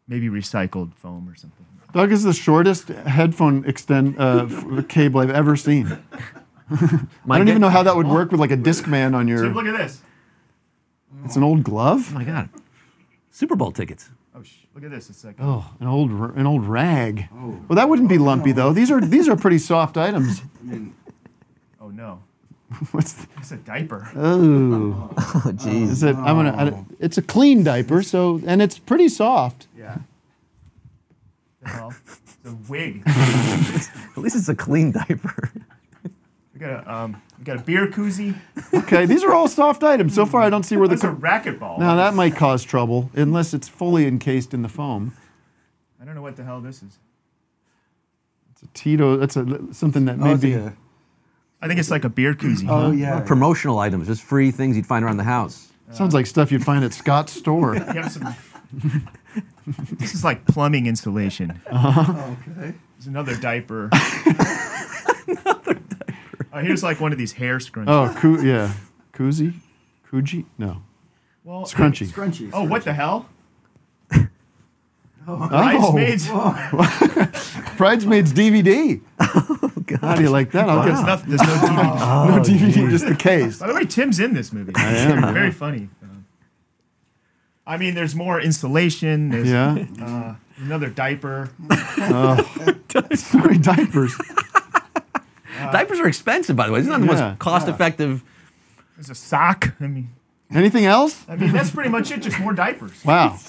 Speaker 11: maybe recycled foam or something.
Speaker 4: Doug is the shortest headphone extend uh, f- cable I've ever seen. I don't even know how that would work with like a disc man on
Speaker 11: So
Speaker 4: your.
Speaker 11: look at this.
Speaker 4: It's an old glove. Oh
Speaker 9: my god, Super Bowl tickets.
Speaker 11: Oh, sh- look at this. It's like
Speaker 4: Oh, an old r- an old rag.
Speaker 11: Oh.
Speaker 4: Well, that wouldn't be lumpy though. These are these are pretty soft items.
Speaker 11: oh no.
Speaker 4: What's the,
Speaker 11: It's a diaper.
Speaker 4: Oh,
Speaker 11: geez.
Speaker 4: Is it, I'm gonna. I, it's a clean diaper, so and it's pretty soft.
Speaker 11: Yeah. Well, it's a wig.
Speaker 9: At least it's a clean diaper.
Speaker 11: We got a um, we got a beer koozie.
Speaker 4: Okay, these are all soft items. So far, I don't see where the.
Speaker 11: That's a racquetball.
Speaker 4: Now that might cause trouble unless it's fully encased in the foam.
Speaker 11: I don't know what the hell this is.
Speaker 4: It's a Tito. That's a something
Speaker 11: Oh,
Speaker 4: that may be.
Speaker 11: I think it's like a beer koozie.
Speaker 4: Oh, yeah.
Speaker 9: Promotional items, just free things you'd find around the house.
Speaker 4: Sounds like stuff you'd find at Scott's store.
Speaker 11: You have some- this is like plumbing insulation.
Speaker 4: Uh-huh.
Speaker 11: Okay. There's another diaper. Oh, here's like one of these hair scrunchies.
Speaker 4: Oh, coo- yeah, koozie, kooji, no,
Speaker 11: Well,
Speaker 4: scrunchy.
Speaker 11: Scrunchies. Oh, what the hell?
Speaker 4: Oh.
Speaker 11: Bridesmaids.
Speaker 4: Bridesmaids DVD. How do you like that?
Speaker 11: There's,
Speaker 4: get-
Speaker 11: nothing, there's no DVD.
Speaker 4: no DVD, just the case.
Speaker 11: By the way, Tim's in this movie.
Speaker 4: I am, yeah.
Speaker 11: Very funny. Uh, I mean, there's more insulation. There's,
Speaker 4: Yeah.
Speaker 11: Uh, another diaper.
Speaker 4: Oh. so many diapers.
Speaker 9: Diapers are expensive, by the way. It's not the
Speaker 4: Yeah.
Speaker 9: most cost-effective.
Speaker 11: There's a sock. I mean,
Speaker 4: Anything else?
Speaker 11: I mean that's pretty much it. Just more diapers.
Speaker 4: Wow.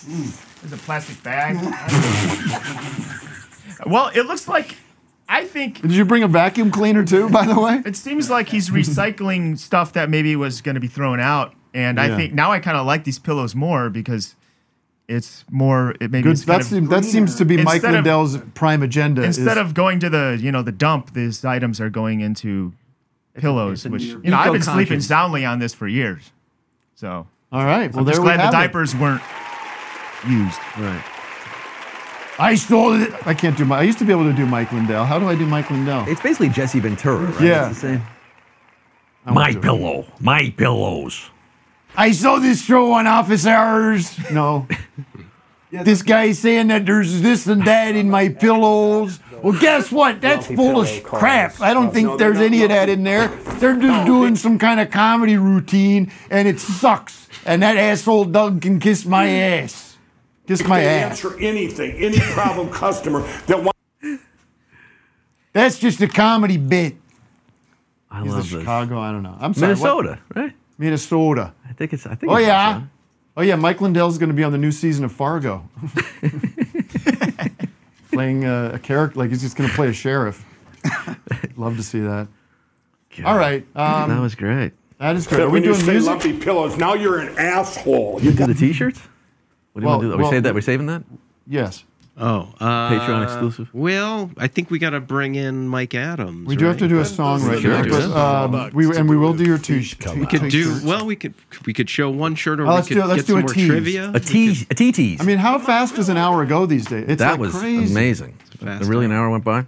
Speaker 11: There's a plastic bag. well, it looks like. I think
Speaker 4: Did you bring a vacuum cleaner too? By the way.
Speaker 11: It seems like he's recycling stuff that maybe was going to be thrown out, and I
Speaker 4: Yeah.
Speaker 11: think now I kind of like these pillows more because it's more. It maybe
Speaker 4: Good.
Speaker 11: instead
Speaker 4: That
Speaker 11: of-
Speaker 4: seems, that seems to be Mike
Speaker 11: Instead of-
Speaker 4: Lindell's prime agenda. is-
Speaker 11: Instead of going to the you know the dump, these items are going into pillows,
Speaker 4: it's a
Speaker 11: which
Speaker 4: near-
Speaker 11: you know I've been sleeping
Speaker 4: Eco-conscious.
Speaker 11: soundly on this for years. So
Speaker 4: all right. Well,
Speaker 11: I'm
Speaker 4: there
Speaker 11: just
Speaker 4: we
Speaker 11: glad the
Speaker 4: have it.
Speaker 11: diapers weren't used.
Speaker 9: Right.
Speaker 4: I stole it. I can't do my. I used to be able to do Mike Lindell. How do I do Mike Lindell?
Speaker 9: It's basically Jesse Ventura, right?
Speaker 4: Yeah.
Speaker 9: It's the same.
Speaker 4: My
Speaker 9: pillow. My pillows.
Speaker 4: I saw this show on Office Hours. No. this guy saying that there's this and that in my pillows. Well, guess what? That's full of crap. I don't think there's any of that in there. They're just doing some kind of comedy routine, and it sucks. And that asshole Doug can kiss my ass. Kiss my
Speaker 18: they
Speaker 4: ass.
Speaker 18: answer anything, any problem customer that wants.
Speaker 4: That's just a comedy bit.
Speaker 9: I
Speaker 4: He's
Speaker 9: love
Speaker 4: the
Speaker 9: this.
Speaker 4: Chicago. I don't know. I'm sorry. what-
Speaker 9: Minnesota, right?
Speaker 4: Minnesota.
Speaker 9: I think it's. I think.
Speaker 4: Oh
Speaker 9: it's
Speaker 4: yeah. Oh yeah. Mike Lindell's going to be on the new season of Fargo. Playing uh, a character like he's just going to play a sheriff. Love to see that. All right. Um,
Speaker 9: that was great.
Speaker 4: that is
Speaker 18: So
Speaker 4: great. Are we
Speaker 18: when you
Speaker 4: doing
Speaker 18: say
Speaker 4: music?
Speaker 18: lumpy pillows, now you're an asshole.
Speaker 9: You do the T-shirts. What do you
Speaker 4: Well,
Speaker 9: want to do? Are we
Speaker 4: well-
Speaker 9: saved that. We saving that?
Speaker 4: Yes.
Speaker 8: Oh, uh,
Speaker 9: Patreon exclusive?
Speaker 8: Well, I think we got to bring in Mike Adams.
Speaker 4: We do have to
Speaker 8: right?
Speaker 4: do a song right
Speaker 8: Sure,
Speaker 4: now.
Speaker 8: do
Speaker 4: but,
Speaker 8: that.
Speaker 4: um, we and we will do your two.
Speaker 8: we could do well. We could we could show one shirt, or
Speaker 4: Oh,
Speaker 8: we
Speaker 4: let's
Speaker 8: could
Speaker 4: do it. Let's
Speaker 8: get
Speaker 4: do
Speaker 8: some
Speaker 4: a
Speaker 8: more
Speaker 4: tease.
Speaker 8: trivia.
Speaker 9: A tease. A tee tease.
Speaker 4: I mean, how fast does an hour go these days? It's
Speaker 9: that
Speaker 4: like
Speaker 9: was
Speaker 4: crazy.
Speaker 9: amazing.
Speaker 8: fast
Speaker 9: Really, an hour went by.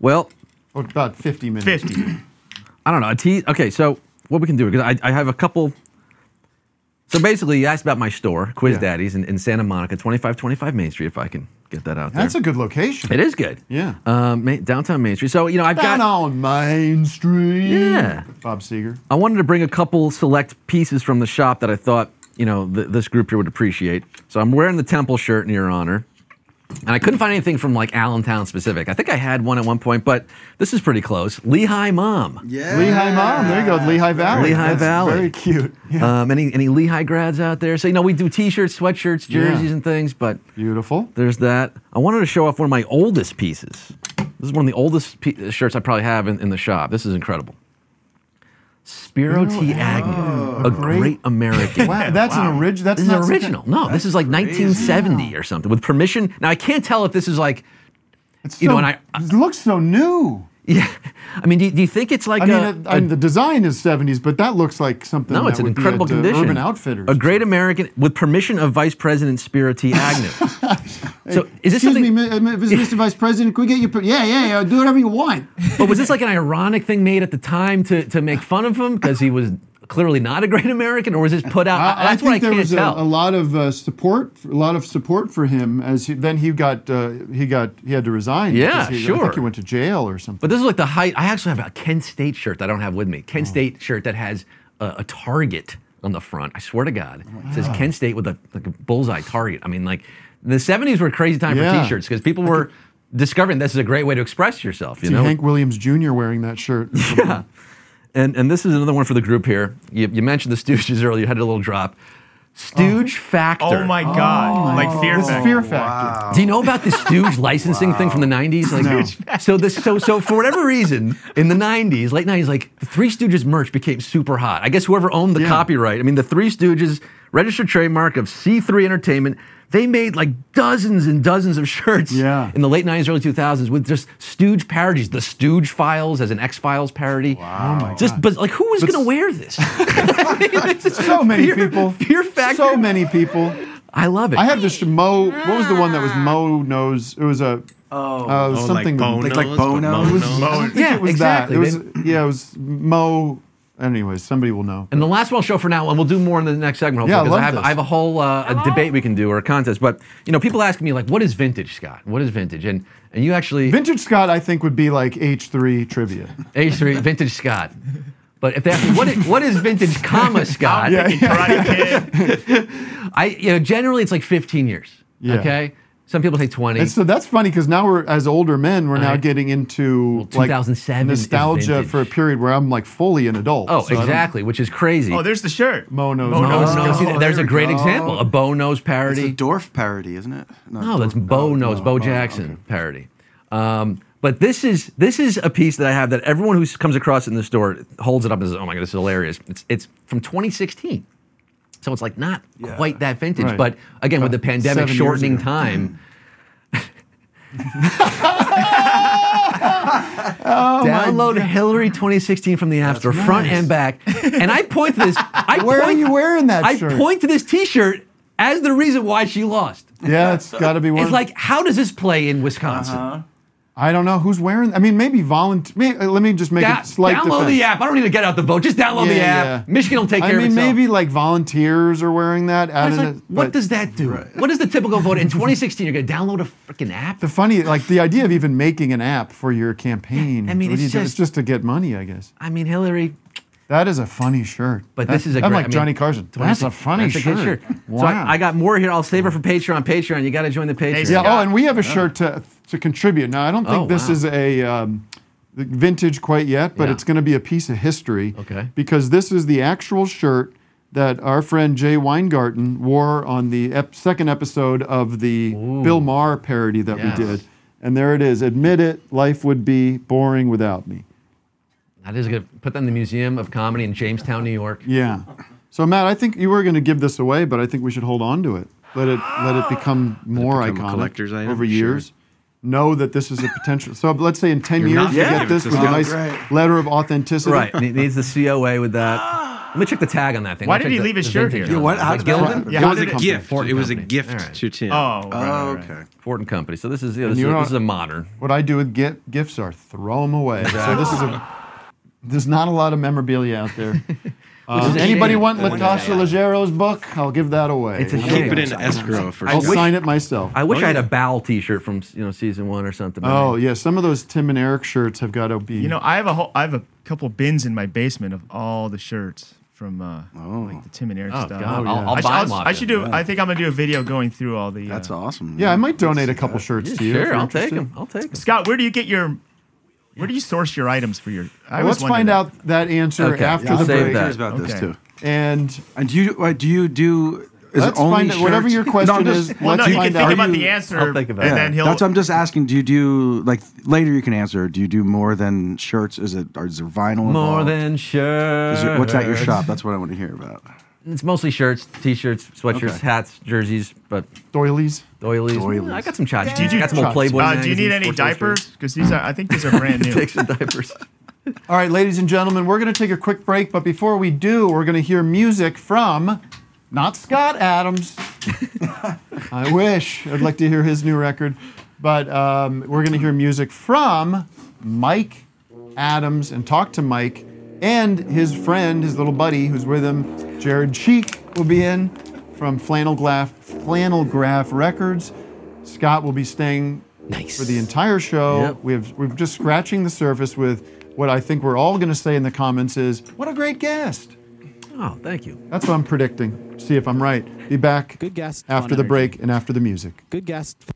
Speaker 9: Well,
Speaker 4: Oh, Mm-hmm. about 50 minutes.
Speaker 11: 50.
Speaker 9: I don't know. A tease. Okay, so what we can do because I, I have a couple. So basically, you asked about my store, Quiz
Speaker 4: Yeah.
Speaker 9: Daddies, in, in Santa Monica, twenty five twenty five Main Street. If I can get that out there,
Speaker 4: That's a good location.
Speaker 9: It is good.
Speaker 4: Yeah.
Speaker 9: Um, Ma- downtown Main Street. So you know, I've
Speaker 4: Down
Speaker 9: got.
Speaker 4: on Main Street.
Speaker 9: Yeah.
Speaker 4: Bob Seger.
Speaker 9: I wanted to bring a couple select pieces from the shop that I thought you know th- this group here would appreciate. So I'm wearing the Temple shirt in your honor, and I couldn't find anything from like Allentown specific. I think I had one at one point, but this is pretty close. Lehigh Mom.
Speaker 5: Yeah.
Speaker 4: Lehigh Mom. There you go. Lehigh Valley.
Speaker 9: Lehigh
Speaker 4: That's
Speaker 9: Valley.
Speaker 4: Very cute.
Speaker 9: Um, any any Lehigh grads out there? So you know we do T-shirts, sweatshirts,
Speaker 4: Yeah.
Speaker 9: jerseys, and things. But
Speaker 4: beautiful.
Speaker 9: There's that. I wanted to show off one of my oldest pieces. This is one of the oldest pe- shirts I probably have in, in the shop. This is incredible. Spiro
Speaker 4: Spiro
Speaker 9: T. Agnew,
Speaker 8: oh,
Speaker 9: a great, American.
Speaker 4: Wow, that's an orig- that's
Speaker 9: this is
Speaker 4: not something-
Speaker 9: original. No, this is like 1970 or something with permission. Now I can't tell if this is like, you know,
Speaker 4: so-
Speaker 9: and I,
Speaker 4: It looks so new.
Speaker 9: yeah. I mean, do, do you think it's like uh,
Speaker 4: I mean,
Speaker 9: a-
Speaker 4: it,
Speaker 9: a-
Speaker 4: I mean, the design is 70s, but that looks like something.
Speaker 9: no,
Speaker 4: that
Speaker 9: it's an
Speaker 4: would be
Speaker 9: incredible
Speaker 4: at, uh,
Speaker 9: condition.
Speaker 4: Urban Outfitters.
Speaker 9: A great American with permission of Vice President Spiro T. Agnew. so is this
Speaker 4: Excuse
Speaker 9: something?
Speaker 4: me, mi- uh, mi- Mr. Vice President, can we get your? per- Yeah, yeah, yeah. Do whatever you want.
Speaker 9: But was this like an ironic thing made at the time to, to make fun of him because he was clearly not a great American, or was this put out?
Speaker 4: I, I
Speaker 9: that's
Speaker 4: think
Speaker 9: what I
Speaker 4: there
Speaker 9: can't
Speaker 4: was a,
Speaker 9: tell.
Speaker 4: a lot of uh, support, a lot of support for him. As he, then he got, uh, he got, he had to resign.
Speaker 9: Yeah,
Speaker 4: because he, I
Speaker 9: sure.
Speaker 4: think he went to jail or something.
Speaker 9: but this is like the height. I actually have a Kent State shirt that I don't have with me.
Speaker 4: Oh.
Speaker 9: Kent State shirt that has a, a target on the front. I swear to God, it says Kent State with a, like a bullseye target. I mean, like the '70s were a crazy time
Speaker 4: Yeah.
Speaker 9: for T-shirts because people were discovering this is a great way to express yourself. You
Speaker 4: See
Speaker 9: know,
Speaker 4: Hank Williams Jr. wearing that shirt.
Speaker 9: Yeah. and and this is another one for the group here. You, you mentioned the Stooges earlier. You had a little drop. Stooge factor.
Speaker 11: Oh my God! like fear
Speaker 4: This is
Speaker 11: factor.
Speaker 4: Fear Factor.
Speaker 9: Do you know about this Stooge licensing thing from the '90s? Like, so this, so so for whatever reason, in the '90s, late '90s, like the Three Stooges merch became super hot. I guess whoever owned the copyright, I mean, the Three Stooges registered trademark of C3 Entertainment. They made like dozens and dozens of shirts in the late '90s, early 2000s with just Stooge parodies, the Stooge Files as an X Files parody. Wow! just but like, who was going to wear this?
Speaker 4: so many people.
Speaker 9: Fear factor.
Speaker 4: So many people.
Speaker 9: I love it.
Speaker 4: I had this Mo. What was the one that was Mo nose? It was a. Oh,
Speaker 5: Oh, like
Speaker 4: something
Speaker 5: Bo Like- like Nose, Bo but Mo
Speaker 4: It was-
Speaker 5: Nose?
Speaker 4: I don't think
Speaker 9: Yeah,
Speaker 4: it was
Speaker 9: exactly.
Speaker 4: that. It was, yeah, it was Mo. Anyways, somebody will know.
Speaker 9: And the last one I'll show for now, and we'll do more in the next segment. Hopefully,
Speaker 4: Yeah, I
Speaker 9: 'cause
Speaker 4: love
Speaker 9: I, have,
Speaker 4: this.
Speaker 9: I have a whole uh, a debate we can do or a contest. But you know, people ask me like, "What is vintage, Scott? What is vintage?" And and you actually
Speaker 4: Vintage Scott, I think, would be like H three trivia.
Speaker 9: age three vintage Scott. But if they ask me what is, what is vintage, comma Scott,
Speaker 4: Yeah,
Speaker 9: I you know generally it's like 15 years.
Speaker 4: Yeah.
Speaker 9: Okay, some people say 20.
Speaker 4: And so that's funny because now we're as older men, we're now
Speaker 9: Right.
Speaker 4: getting into like
Speaker 9: 2007 is
Speaker 4: nostalgia
Speaker 9: vintage.
Speaker 4: for a period where I'm like fully an adult.
Speaker 9: Oh,
Speaker 4: so I don't-
Speaker 9: exactly, which is crazy.
Speaker 11: Oh, there's the shirt.
Speaker 4: Mo knows.
Speaker 9: Bo
Speaker 4: Mo
Speaker 9: Nose.
Speaker 4: knows.
Speaker 9: See, there's a great example, a Bo Nose parody.
Speaker 5: It's a Dorf parody, isn't it?
Speaker 9: No, that's Bo
Speaker 5: Oh,
Speaker 9: knows Bo Jackson parody. Um, but this is this is a piece that I have that everyone who s- comes across it in the store holds it up and says, "Oh my god, this is hilarious!" It's it's from 2016, so it's like not quite that vintage.
Speaker 6: Right.
Speaker 9: But again, with the
Speaker 6: About
Speaker 9: pandemic
Speaker 6: seven years
Speaker 9: shortening
Speaker 6: ago.
Speaker 9: time,
Speaker 6: Oh,
Speaker 9: download Hillary 2016 from the App Store, front
Speaker 6: nice.
Speaker 9: and back. And I point to this. I
Speaker 6: Where are
Speaker 9: point,
Speaker 6: you wearing that
Speaker 9: I
Speaker 6: shirt?
Speaker 9: point to this T-shirt as the reason why she lost.
Speaker 4: Yeah, it's got to be one. Uh-huh.
Speaker 9: It's like, how does this play in Wisconsin?
Speaker 4: I don't know who's wearing. I mean, maybe volunteer. Let me just make
Speaker 9: Da-
Speaker 4: a slight.
Speaker 9: download
Speaker 4: defense.
Speaker 9: the app. I don't need to get out the vote. Just download the
Speaker 4: Yeah,
Speaker 9: app.
Speaker 4: yeah.
Speaker 9: Michigan will take
Speaker 4: I
Speaker 9: care
Speaker 4: mean,
Speaker 9: of itself.
Speaker 4: maybe like volunteers are wearing that.
Speaker 9: But
Speaker 4: Out
Speaker 9: it's
Speaker 4: in
Speaker 9: like,
Speaker 4: the-
Speaker 9: what
Speaker 4: but
Speaker 9: does that do? What is the typical vote in 2016? You're going to download a freaking app?
Speaker 4: the funny, like the idea of even making an app for your campaign.
Speaker 9: I mean,
Speaker 4: what do
Speaker 9: it's
Speaker 4: you do?
Speaker 9: just-
Speaker 4: it's just to get money, I guess.
Speaker 9: I mean, Hillary.
Speaker 4: That is a funny shirt.
Speaker 9: But
Speaker 4: That-
Speaker 9: this is a
Speaker 4: I'm
Speaker 9: great,
Speaker 4: like
Speaker 9: I mean,
Speaker 4: Johnny Carson.
Speaker 9: 26
Speaker 4: That's a funny
Speaker 9: that's
Speaker 4: shirt.
Speaker 9: good
Speaker 4: Wow.
Speaker 9: So I, I got more here. I'll save it for Patreon. Patreon, you got to join the Patreon.
Speaker 4: yeah. Oh, and we have a shirt to to contribute. Now I don't think
Speaker 9: Oh,
Speaker 4: this
Speaker 9: wow.
Speaker 4: is a um, vintage quite yet, but
Speaker 9: Yeah.
Speaker 4: it's going to be a piece of history.
Speaker 9: Okay.
Speaker 4: Because this is the actual shirt that our friend Jay Weingarten wore on the ep- second episode of the Bill Maher parody that
Speaker 9: Yes.
Speaker 4: we did. And there it is. Admit it, life would be boring without me.
Speaker 9: That is good. Put that in the Museum of Comedy in Jamestown, New York.
Speaker 4: Yeah. So Matt, I think you were going to give this away, but I think we should hold on to it. Let it let it become more
Speaker 8: become a
Speaker 4: iconic
Speaker 8: collector's item,
Speaker 4: over
Speaker 8: sure.
Speaker 4: years. Know that this is a potential. So let's say in 10
Speaker 9: You're
Speaker 4: years
Speaker 9: not
Speaker 4: you
Speaker 9: gonna
Speaker 4: get
Speaker 9: give it
Speaker 4: this
Speaker 9: to
Speaker 4: with a
Speaker 9: someone.
Speaker 4: nice
Speaker 9: Right.
Speaker 4: letter of authenticity.
Speaker 9: Right. and it needs the COA with that. Let me check the tag on that thing.
Speaker 4: Why
Speaker 9: Let me
Speaker 4: did
Speaker 9: check
Speaker 4: he
Speaker 9: the-
Speaker 4: leave his
Speaker 9: the
Speaker 4: shirt
Speaker 9: vintage
Speaker 4: here?
Speaker 9: on
Speaker 4: Yeah, what-
Speaker 9: that.
Speaker 4: how
Speaker 9: Was it
Speaker 4: did that
Speaker 9: Gildan?
Speaker 4: happen? Yeah, how did it come?
Speaker 8: It was a gift to Tim.
Speaker 11: Oh,
Speaker 4: Oh,
Speaker 8: okay.
Speaker 9: Ford and Company. So this is yeah,
Speaker 4: And
Speaker 9: this, is,
Speaker 4: you know
Speaker 9: this is
Speaker 4: what-
Speaker 9: a modern.
Speaker 4: What I do with get gifts are throw them away. So
Speaker 9: Exactly.
Speaker 4: this is a there's not a lot of memorabilia out there. Um,
Speaker 9: is a
Speaker 4: anybody
Speaker 9: shame.
Speaker 4: want
Speaker 9: That's a
Speaker 4: Latasha
Speaker 9: shame.
Speaker 4: Legero's book? I'll give that away.
Speaker 9: It's a
Speaker 4: We'll
Speaker 9: shame.
Speaker 4: give
Speaker 9: Keep it
Speaker 4: that
Speaker 9: in
Speaker 4: away.
Speaker 9: escrow for
Speaker 4: I'll
Speaker 9: sure.
Speaker 4: sign it myself.
Speaker 9: I wish I had a Bowel T-shirt from you know season one or something. but
Speaker 4: Oh yeah, some of those Tim and Eric shirts have got to be.
Speaker 11: You know, I have a whole, I have a couple bins in my basement of all the shirts from uh, like the Tim and Eric
Speaker 9: Oh,
Speaker 11: stuff.
Speaker 9: God. I'll- I'll
Speaker 11: I should-
Speaker 9: buy 'em
Speaker 11: I'll-
Speaker 9: off
Speaker 11: I
Speaker 9: you.
Speaker 11: should do.
Speaker 9: Yeah.
Speaker 11: I think I'm gonna do a video going through all the. uh, That's
Speaker 5: awesome.
Speaker 4: Yeah, I might donate a
Speaker 11: uh,
Speaker 4: couple shirts to you. if
Speaker 9: sure,
Speaker 4: you're
Speaker 9: I'll take
Speaker 4: interested.
Speaker 9: them. I'll take them.
Speaker 11: Scott, where do you get your? Where do you source your items for your? I
Speaker 4: Well,
Speaker 11: always
Speaker 4: let's find
Speaker 11: wondered that.
Speaker 4: out that answer
Speaker 9: Okay,
Speaker 4: after
Speaker 9: yeah,
Speaker 4: the
Speaker 9: I'll save
Speaker 4: break.
Speaker 9: that.
Speaker 5: About this
Speaker 11: Okay.
Speaker 5: too.
Speaker 4: And
Speaker 5: And do you uh, do you do? Is
Speaker 4: Let's
Speaker 5: it only
Speaker 4: find out- whatever
Speaker 5: shirts?
Speaker 4: your question is, Well, let's no, you find can think out. about
Speaker 5: Are
Speaker 4: the
Speaker 5: you-
Speaker 4: answer, I'll think about and it. then he'll-
Speaker 5: That's what I'm just asking. Do you do like later? You can answer. Do you do more than shirts? Is it? Or is there vinyl?
Speaker 9: More
Speaker 5: involved?
Speaker 9: than shirts.
Speaker 5: Oh, Is there- what's at your shop? That's what I want to hear about.
Speaker 9: It's mostly shirts, T-shirts, sweatshirts,
Speaker 5: Okay.
Speaker 9: hats, jerseys, but
Speaker 4: doilies.
Speaker 9: Doilies.
Speaker 5: Doilies.
Speaker 9: I got some chachi.
Speaker 11: Do you do
Speaker 9: I got some old
Speaker 11: chops?
Speaker 9: Playboy.
Speaker 11: Uh, do you need
Speaker 9: magazines,
Speaker 11: any
Speaker 9: Sports Illustrated.
Speaker 11: diapers? Because these are. I think these are brand new.
Speaker 9: Take some diapers.
Speaker 4: All right, ladies and gentlemen, we're going to take a quick break, but before we do, we're going to hear music from not Scott Adams. I wish I'd like to hear his new record, but um, we're going to hear music from Mike Adams and talk to Mike and his friend, his little buddy who's with him, Jared Cheek, will be in from Flannel Graph, Flannel Graph Records. Scott will be staying for the entire show.
Speaker 9: Yep.
Speaker 4: We have we're just scratching the surface with what I think we're all going to say in the comments is what a great guest.
Speaker 9: Oh, thank you.
Speaker 4: That's what I'm predicting. See if I'm right. Be back. Good guest. After the break and after the music.
Speaker 12: Good guest.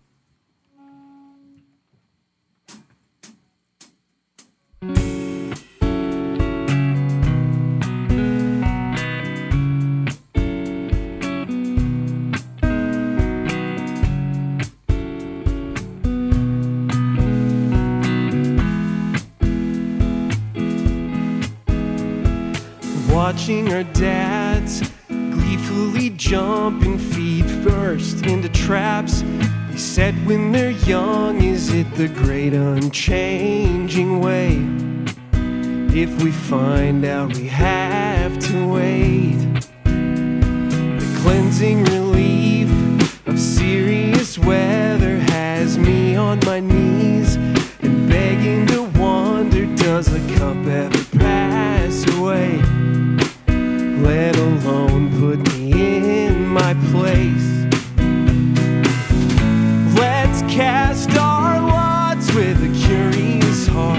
Speaker 19: watching her dads gleefully jumping feet first into traps. They said when they're young, is it the great unchanging way? If we find out, we have to wait. The cleansing relief of serious weather has me on my knees and begging to wonder does a cup ever pass away? Let alone put me in my place. Let's cast our lots with a curious heart.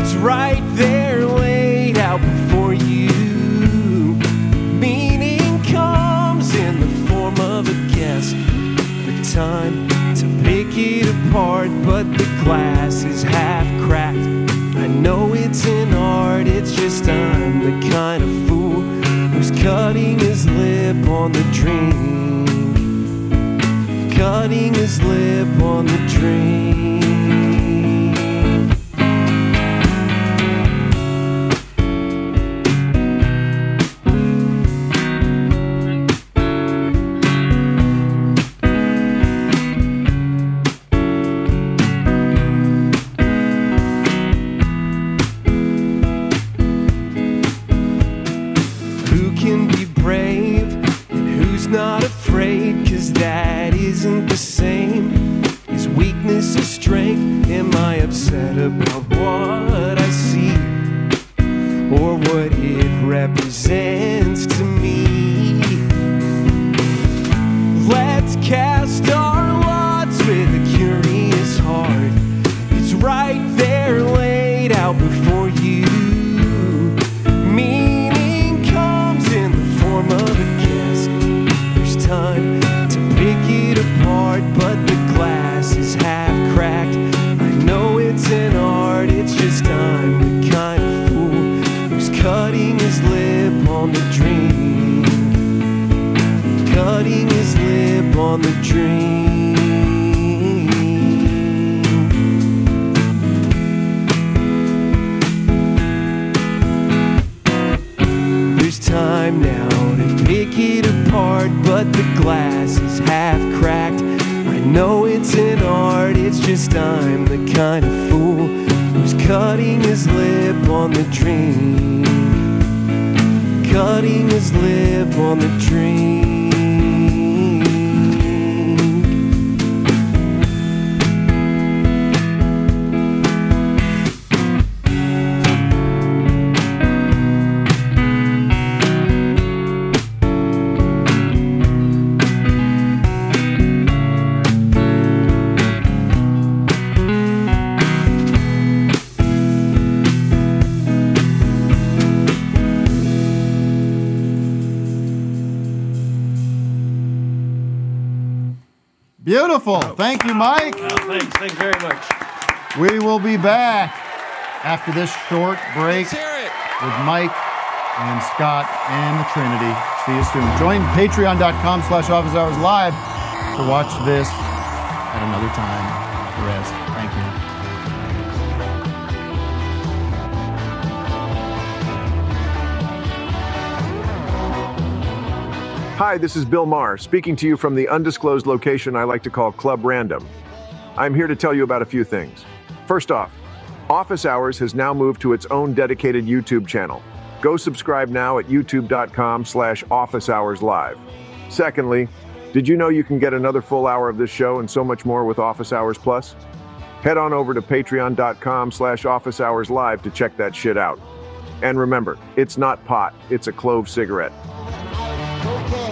Speaker 19: It's right there laid out before you. Meaning comes in the form of a guess. The time to pick it apart, but the glass is half cracked. I know it's an art, it's just I'm the kind of fool who's cutting his lip on the dream. Cutting his lip on the dream. Who can be brave and who's not afraid? Cause that isn't the same. Is weakness a strength? Am I upset about what I see? Or what it represents to me? Let's cast our lots with a curious heart. It's right there laid out before you. Meaning comes in the form of a kiss. There's time to pick it apart, but the glass is half cracked. I know it's an art, it's just I'm the kind of fool who's cutting his lip on the dream. Cutting his lip on the dream. There's time now to pick it apart, but the glass is half cracked. I know it's an art, it's just I'm the kind of fool who's cutting his lip on the dream. Cutting his lip on the dream.
Speaker 4: Beautiful. Thank you, Mike.
Speaker 20: thanks. Thanks very much.
Speaker 4: We will be back after this short break with Mike and Scott and the Trinity. See you soon. Join patreon.com slash office hours live to watch this at another time. The rest. Thank you.
Speaker 21: Hi, this is Bill Maher, speaking to you from the undisclosed location I like to call Club Random. I'm here to tell you about a few things. First off, Office Hours has now moved to its own dedicated YouTube channel. Go subscribe now at youtube.com slash office hours live. Secondly, did you know you can get another full hour of this show and so much more with Office Hours Plus? Head on over to patreon.com slash office hours live to check that shit out. And remember, it's not pot, it's a clove cigarette.
Speaker 4: Okay.